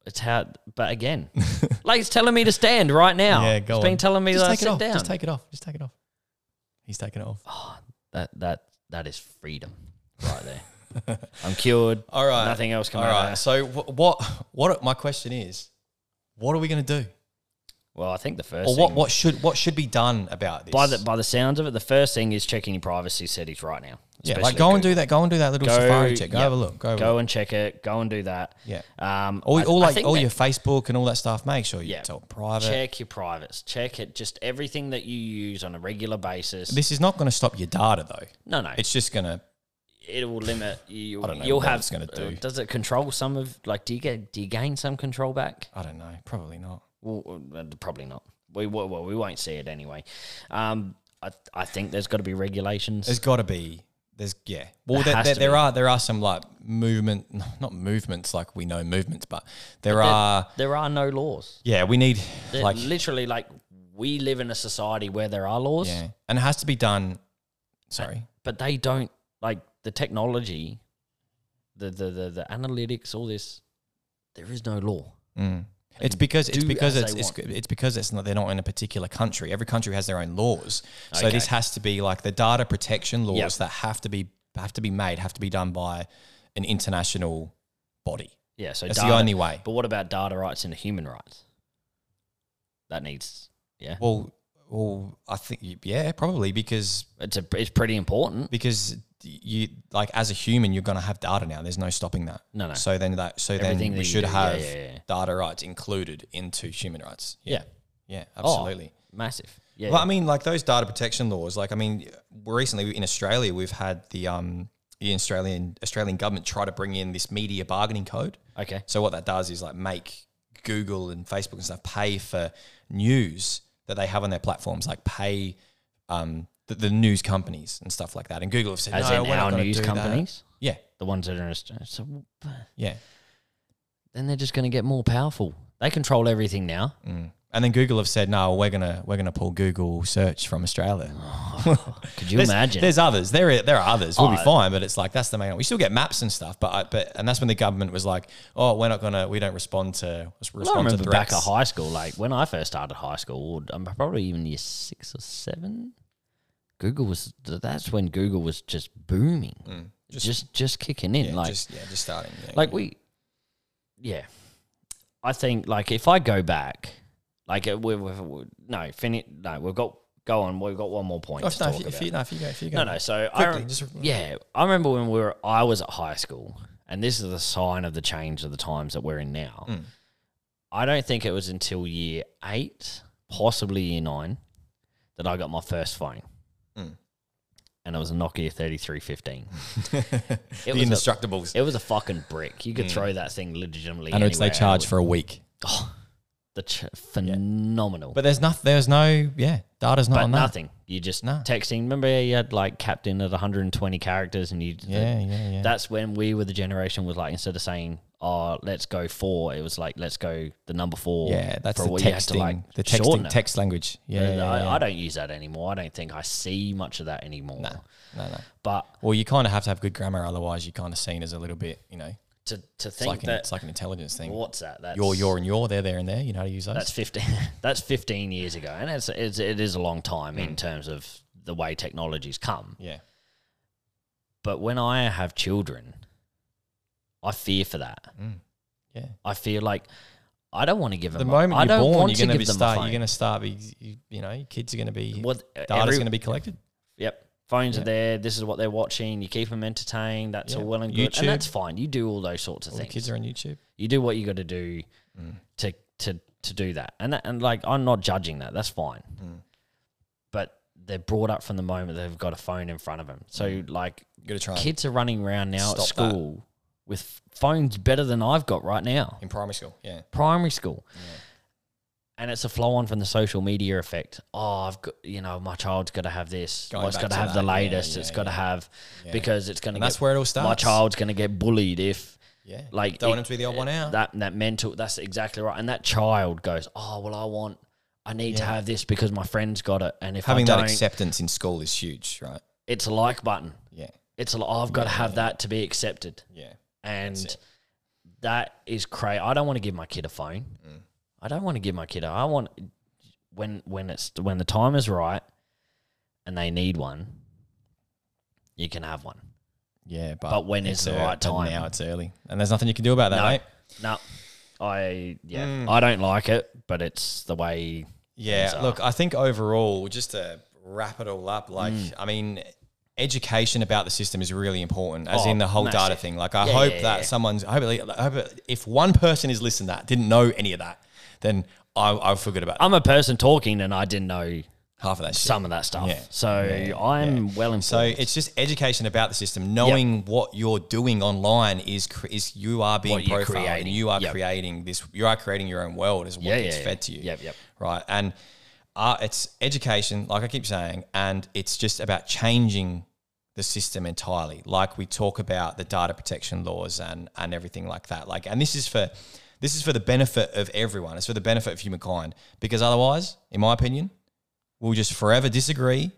[SPEAKER 3] It's how, but again, like it's telling me to stand right now.
[SPEAKER 4] Yeah, go
[SPEAKER 3] It's
[SPEAKER 4] on.
[SPEAKER 3] been telling me
[SPEAKER 4] Just
[SPEAKER 3] that I
[SPEAKER 4] take it
[SPEAKER 3] sit
[SPEAKER 4] off.
[SPEAKER 3] down.
[SPEAKER 4] Just take it off. Just take it off. He's taking it off.
[SPEAKER 3] that that that is freedom right there. I'm cured.
[SPEAKER 4] All right.
[SPEAKER 3] nothing else
[SPEAKER 4] All
[SPEAKER 3] coming out. of
[SPEAKER 4] right.
[SPEAKER 3] that.
[SPEAKER 4] So wh- what? What? My question is, what are we going to do,
[SPEAKER 3] Well, I think the first
[SPEAKER 4] or what?
[SPEAKER 3] thing-
[SPEAKER 4] What should what should be done about this?
[SPEAKER 3] by the by the sounds of it, the first thing is checking your privacy settings right now.
[SPEAKER 4] yeah, like
[SPEAKER 3] Especially
[SPEAKER 4] go and
[SPEAKER 3] Google.
[SPEAKER 4] do that. Go and do that little Safari check. Go
[SPEAKER 3] yeah.
[SPEAKER 4] have a look. Go. Have a
[SPEAKER 3] go
[SPEAKER 4] look.
[SPEAKER 3] and check it. Go and do that.
[SPEAKER 4] Yeah.
[SPEAKER 3] Um.
[SPEAKER 4] All,
[SPEAKER 3] I-
[SPEAKER 4] all
[SPEAKER 3] I
[SPEAKER 4] like
[SPEAKER 3] think
[SPEAKER 4] all
[SPEAKER 3] that-
[SPEAKER 4] your Facebook and all that stuff. Make sure you
[SPEAKER 3] Yeah.
[SPEAKER 4] it's all private.
[SPEAKER 3] check your privates. Check it. Just everything that you use on a regular basis.
[SPEAKER 4] This is not going to stop your data though.
[SPEAKER 3] no, no.
[SPEAKER 4] It's just going to.
[SPEAKER 3] it will limit you.
[SPEAKER 4] I don't know
[SPEAKER 3] you'll
[SPEAKER 4] what
[SPEAKER 3] have.
[SPEAKER 4] it's gonna
[SPEAKER 3] uh,
[SPEAKER 4] do.
[SPEAKER 3] Does it control some of like? Do you get? Do you gain some control back?
[SPEAKER 4] I don't know. Probably not.
[SPEAKER 3] Well, uh, probably not. We well, well, we won't see it anyway. Um, I I think there's got to be regulations.
[SPEAKER 4] There's got to be. There's yeah. Well,
[SPEAKER 3] There
[SPEAKER 4] there,
[SPEAKER 3] has
[SPEAKER 4] there,
[SPEAKER 3] to
[SPEAKER 4] there
[SPEAKER 3] be.
[SPEAKER 4] are there are some like movement, not movements like we know movements, but there are.
[SPEAKER 3] there are no laws.
[SPEAKER 4] Yeah, we need
[SPEAKER 3] There-
[SPEAKER 4] like
[SPEAKER 3] literally, like we live in a society where there are laws,
[SPEAKER 4] yeah, and it has to be done. Sorry,
[SPEAKER 3] but they don't like the technology, the the the, the analytics, all this. There is no law.
[SPEAKER 4] it's because it's
[SPEAKER 3] do
[SPEAKER 4] because
[SPEAKER 3] as
[SPEAKER 4] it's,
[SPEAKER 3] they
[SPEAKER 4] it's it's because it's not they're not in a particular country. Every country has their own laws, so this has to be like the data protection laws
[SPEAKER 3] Yep.
[SPEAKER 4] that have to be have to be made have to be done by an international body.
[SPEAKER 3] Yeah, so
[SPEAKER 4] That's the only way.
[SPEAKER 3] But what about data rights and human rights? That needs yeah.
[SPEAKER 4] Well, well, I think yeah, probably because
[SPEAKER 3] it's a, it's pretty important.
[SPEAKER 4] because you like as a human you're going to have data now there's no stopping that
[SPEAKER 3] No, no.
[SPEAKER 4] so then that so
[SPEAKER 3] Everything
[SPEAKER 4] then
[SPEAKER 3] that
[SPEAKER 4] we
[SPEAKER 3] you
[SPEAKER 4] should
[SPEAKER 3] do, yeah,
[SPEAKER 4] have
[SPEAKER 3] yeah, yeah.
[SPEAKER 4] data rights included into human rights
[SPEAKER 3] Yeah.
[SPEAKER 4] yeah
[SPEAKER 3] Oh,
[SPEAKER 4] absolutely
[SPEAKER 3] massive. Yeah.
[SPEAKER 4] well i mean like those data protection laws like i mean recently in australia we've had the um the australian australian government try to bring in this media bargaining code
[SPEAKER 3] okay.
[SPEAKER 4] so what that does is like make Google and Facebook and stuff pay for news that they have on their platforms, like pay um, the, the news companies and stuff like that. And Google have said,
[SPEAKER 3] As
[SPEAKER 4] no,
[SPEAKER 3] in
[SPEAKER 4] we're not
[SPEAKER 3] our
[SPEAKER 4] gonna
[SPEAKER 3] news
[SPEAKER 4] do that."
[SPEAKER 3] companies,
[SPEAKER 4] Yeah,
[SPEAKER 3] the ones that are in so
[SPEAKER 4] yeah.
[SPEAKER 3] then they're just going to get more powerful. They control everything now.
[SPEAKER 4] And then Google have said, no, we're gonna we're gonna pull Google search from Australia.
[SPEAKER 3] Could Oh, you
[SPEAKER 4] There's-
[SPEAKER 3] imagine?
[SPEAKER 4] There's others. There are, there are others. We'll be
[SPEAKER 3] Oh.
[SPEAKER 4] fine, but it's like that's the main. We still get maps and stuff, but I, but and that's when the government was like, oh, we're not gonna we don't respond to respond
[SPEAKER 3] Well, I
[SPEAKER 4] to
[SPEAKER 3] remember
[SPEAKER 4] threats.
[SPEAKER 3] back at high school, like when I first started high school, I'm probably even year six or seven. Google was that's when Google was just booming, just, just kicking in.
[SPEAKER 4] Mm. yeah,
[SPEAKER 3] like
[SPEAKER 4] just, yeah, just starting. yeah.
[SPEAKER 3] like we yeah i think like if i go back like uh, we, we, we no finish no we've got go on we've got one more point
[SPEAKER 4] Oh,
[SPEAKER 3] to
[SPEAKER 4] no,
[SPEAKER 3] talk
[SPEAKER 4] if you, if
[SPEAKER 3] about.
[SPEAKER 4] you, no, if you go, if you go.
[SPEAKER 3] no no so I,
[SPEAKER 4] Quickly,
[SPEAKER 3] rem-
[SPEAKER 4] just-
[SPEAKER 3] yeah i remember when we were i was at high school and this is the sign of the change of the times that we're in now
[SPEAKER 4] Hmm.
[SPEAKER 3] i don't think it was until year eight possibly year nine that i got my first phone
[SPEAKER 4] Hmm.
[SPEAKER 3] and it was a nokia 3315 it
[SPEAKER 4] the
[SPEAKER 3] was a-
[SPEAKER 4] indestructibles.
[SPEAKER 3] It was a fucking brick. You could throw that thing legitimately.
[SPEAKER 4] and it's they
[SPEAKER 3] anywhere
[SPEAKER 4] charge
[SPEAKER 3] it
[SPEAKER 4] for a week.
[SPEAKER 3] would- the ch- phenomenal,
[SPEAKER 4] But there's nothing. There's no yeah. Data's not
[SPEAKER 3] but
[SPEAKER 4] on that.
[SPEAKER 3] nothing. You just
[SPEAKER 4] No.
[SPEAKER 3] texting. Remember, you had like captain at 120 characters, and you
[SPEAKER 4] Yeah, yeah, yeah.
[SPEAKER 3] That's when we were the generation was like instead of saying "oh, let's go four, it was like let's go the number four.
[SPEAKER 4] yeah, that's
[SPEAKER 3] for
[SPEAKER 4] the
[SPEAKER 3] what you had to,
[SPEAKER 4] texting.
[SPEAKER 3] like,
[SPEAKER 4] the
[SPEAKER 3] shorten
[SPEAKER 4] texting
[SPEAKER 3] it.
[SPEAKER 4] text language. Yeah, yeah,
[SPEAKER 3] And I,
[SPEAKER 4] yeah.
[SPEAKER 3] I don't use that anymore. I don't think I see much of that anymore.
[SPEAKER 4] no, no.
[SPEAKER 3] But
[SPEAKER 4] Well, you kind of have to have good grammar, otherwise you're kind of seen as a little bit, you know,
[SPEAKER 3] to to
[SPEAKER 4] it's
[SPEAKER 3] think
[SPEAKER 4] like, an,
[SPEAKER 3] that
[SPEAKER 4] it's like an intelligence thing.
[SPEAKER 3] what's that? That's
[SPEAKER 4] You're, you're, and you're. They're there and there. You know how to use those.
[SPEAKER 3] that's 15 that's 15 years ago and it's, it's it is a long time
[SPEAKER 4] Hmm.
[SPEAKER 3] in terms of the way technology's come
[SPEAKER 4] yeah.
[SPEAKER 3] but when i have children i fear for that
[SPEAKER 4] Yeah.
[SPEAKER 3] i feel like i don't want to give them
[SPEAKER 4] The
[SPEAKER 3] a-
[SPEAKER 4] moment
[SPEAKER 3] I
[SPEAKER 4] you're
[SPEAKER 3] don't
[SPEAKER 4] born,
[SPEAKER 3] want
[SPEAKER 4] you're
[SPEAKER 3] to
[SPEAKER 4] going to
[SPEAKER 3] give
[SPEAKER 4] be
[SPEAKER 3] them a
[SPEAKER 4] start.
[SPEAKER 3] phone.
[SPEAKER 4] You're going to start. Be, you, you know, your kids are going to be.
[SPEAKER 3] What- uh,
[SPEAKER 4] data's
[SPEAKER 3] every-
[SPEAKER 4] going to be collected.
[SPEAKER 3] yep phones
[SPEAKER 4] Yeah.
[SPEAKER 3] are there this is what they're watching you keep them entertained that's
[SPEAKER 4] Yeah.
[SPEAKER 3] all well and good
[SPEAKER 4] YouTube.
[SPEAKER 3] and that's fine you do all those sorts of
[SPEAKER 4] All the
[SPEAKER 3] things
[SPEAKER 4] kids are Mm. on YouTube.
[SPEAKER 3] you do what you got to do to to to do that and that, and like i'm not judging that that's fine
[SPEAKER 4] Mm.
[SPEAKER 3] but they're brought up from the moment they've got a phone in front of them so like
[SPEAKER 4] Got to try. and-
[SPEAKER 3] kids are running around now at
[SPEAKER 4] Mm. Stop that.
[SPEAKER 3] school with phones better than i've got right now
[SPEAKER 4] in primary school. Yeah.
[SPEAKER 3] primary school and it's a flow on from the social media effect oh i've got you know my child's got to have this
[SPEAKER 4] Going
[SPEAKER 3] oh, it's
[SPEAKER 4] back
[SPEAKER 3] got to
[SPEAKER 4] to
[SPEAKER 3] have
[SPEAKER 4] that,
[SPEAKER 3] the
[SPEAKER 4] yeah,
[SPEAKER 3] latest
[SPEAKER 4] yeah,
[SPEAKER 3] it's got to
[SPEAKER 4] yeah.
[SPEAKER 3] have
[SPEAKER 4] Yeah.
[SPEAKER 3] because it's going to
[SPEAKER 4] And that's where it all
[SPEAKER 3] my
[SPEAKER 4] starts.
[SPEAKER 3] child's going to get bullied if
[SPEAKER 4] Yeah.
[SPEAKER 3] like
[SPEAKER 4] don't
[SPEAKER 3] it-
[SPEAKER 4] want him to be the odd one out.
[SPEAKER 3] that that mental that's exactly right and that child goes oh well i want i need to
[SPEAKER 4] Yeah.
[SPEAKER 3] have this because my friend's got it and if I
[SPEAKER 4] Having that
[SPEAKER 3] don't,
[SPEAKER 4] acceptance in school is huge, right?
[SPEAKER 3] it's a like button
[SPEAKER 4] Yeah.
[SPEAKER 3] it's a, i've got to have that to be accepted
[SPEAKER 4] Yeah.
[SPEAKER 3] and that is crazy i don't want to give my kid a phone
[SPEAKER 4] Mm.
[SPEAKER 3] i don't want to give my kid a, i want when when it's when the time is right and they need one you can have one
[SPEAKER 4] Yeah, but
[SPEAKER 3] But when is
[SPEAKER 4] it's
[SPEAKER 3] the
[SPEAKER 4] ear-
[SPEAKER 3] right
[SPEAKER 4] but
[SPEAKER 3] time?
[SPEAKER 4] Now it's early, and there's nothing you can do about that, mate.
[SPEAKER 3] no i yeah
[SPEAKER 4] Mm.
[SPEAKER 3] i don't like it but it's the way
[SPEAKER 4] Yeah,
[SPEAKER 3] Things are.
[SPEAKER 4] look, I think overall, just to wrap it all up, like
[SPEAKER 3] Mm.
[SPEAKER 4] I mean, education about the system is really important, as
[SPEAKER 3] Oh,
[SPEAKER 4] in the whole data
[SPEAKER 3] massive.
[SPEAKER 4] thing. Like, I
[SPEAKER 3] Yeah,
[SPEAKER 4] hope
[SPEAKER 3] yeah,
[SPEAKER 4] that
[SPEAKER 3] yeah.
[SPEAKER 4] someone's, I hope, I hope if one person is listening that didn't know any of that, then I, I forget about
[SPEAKER 3] i'm a person talking and i didn't know
[SPEAKER 4] half of that. Shit.
[SPEAKER 3] some of that stuff.
[SPEAKER 4] Yeah.
[SPEAKER 3] So I'm well informed.
[SPEAKER 4] So it's just education about the system, knowing what you're doing online is cr- is you are being
[SPEAKER 3] What you're
[SPEAKER 4] profiled, and
[SPEAKER 3] creating.
[SPEAKER 4] you are
[SPEAKER 3] Yep.
[SPEAKER 4] creating this. You are creating your own world, is what
[SPEAKER 3] Yeah,
[SPEAKER 4] gets
[SPEAKER 3] yeah,
[SPEAKER 4] fed
[SPEAKER 3] yeah.
[SPEAKER 4] to you.
[SPEAKER 3] Yep, yep.
[SPEAKER 4] Right, and uh, it's education, like I keep saying, and it's just about changing the system entirely. Like we talk about the data protection laws and and everything like that. Like, and this is for this is for the benefit of everyone. It's for the benefit of humankind because otherwise, in my opinion, we'll just forever disagree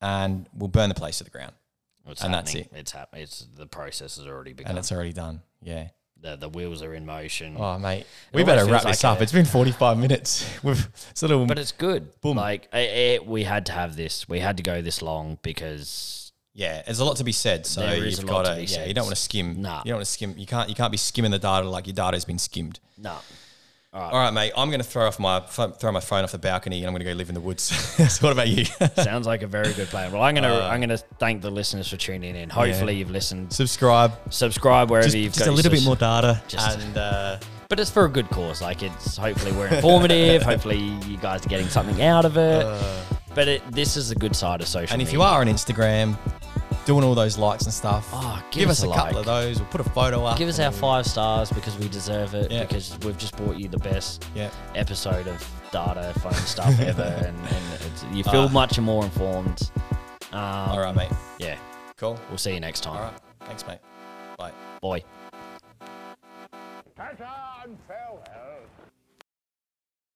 [SPEAKER 4] and we'll burn the place to the ground.
[SPEAKER 3] It's
[SPEAKER 4] And that's
[SPEAKER 3] happening. It's happening. It's the process has already
[SPEAKER 4] And
[SPEAKER 3] begun.
[SPEAKER 4] it's already done. Yeah.
[SPEAKER 3] the, the wheels are in motion.
[SPEAKER 4] Oh, mate, we
[SPEAKER 3] always
[SPEAKER 4] better
[SPEAKER 3] Mm. feels
[SPEAKER 4] wrap this
[SPEAKER 3] like
[SPEAKER 4] up.
[SPEAKER 3] a-
[SPEAKER 4] It's been forty-five minutes. We've it's a little
[SPEAKER 3] But it's good.
[SPEAKER 4] Boom.
[SPEAKER 3] Like eh, eh, we had to have this. We had to go this long because
[SPEAKER 4] Yeah, there's a lot to be said. So
[SPEAKER 3] There is
[SPEAKER 4] you've
[SPEAKER 3] a lot to
[SPEAKER 4] got to,
[SPEAKER 3] be
[SPEAKER 4] yeah,
[SPEAKER 3] said.
[SPEAKER 4] you don't want to skim.
[SPEAKER 3] Nah.
[SPEAKER 4] You don't want to skim. You can't. You can't be skimming the data like your data's been skimmed.
[SPEAKER 3] no.
[SPEAKER 4] All right, mate. I'm going to throw off my pho- throw my phone off the balcony and I'm going to go live in the woods. so what about you?
[SPEAKER 3] Sounds like a very good plan. Well, I'm gonna
[SPEAKER 4] Uh,
[SPEAKER 3] I'm gonna thank the listeners for tuning in. Hopefully you've listened.
[SPEAKER 4] Subscribe.
[SPEAKER 3] Subscribe wherever
[SPEAKER 4] Just,
[SPEAKER 3] you've
[SPEAKER 4] just
[SPEAKER 3] got
[SPEAKER 4] a
[SPEAKER 3] your
[SPEAKER 4] little bit
[SPEAKER 3] source.
[SPEAKER 4] more data.
[SPEAKER 3] Just-
[SPEAKER 4] and uh,
[SPEAKER 3] but it's for a good cause. Like it's hopefully we're informative. hopefully you guys are getting something out of it. but it, this is a good side of social.
[SPEAKER 4] Uh, and if you
[SPEAKER 3] media.
[SPEAKER 4] are on Instagram, doing all those likes and stuff,
[SPEAKER 3] Oh, give
[SPEAKER 4] us,
[SPEAKER 3] us a
[SPEAKER 4] a couple
[SPEAKER 3] like.
[SPEAKER 4] of those. We'll put a photo up.
[SPEAKER 3] give us our five stars because we deserve it.
[SPEAKER 4] Yeah.
[SPEAKER 3] Because we've just brought you the best
[SPEAKER 4] Yeah.
[SPEAKER 3] episode of data phone stuff ever, and, and it's, you
[SPEAKER 4] Uh,
[SPEAKER 3] feel much more informed. Um,
[SPEAKER 4] all right, mate.
[SPEAKER 3] Yeah.
[SPEAKER 4] Cool.
[SPEAKER 3] We'll see you next
[SPEAKER 4] All
[SPEAKER 3] time.
[SPEAKER 4] right. Thanks, mate. Bye.
[SPEAKER 3] Bye.
[SPEAKER 2] Pattern farewell.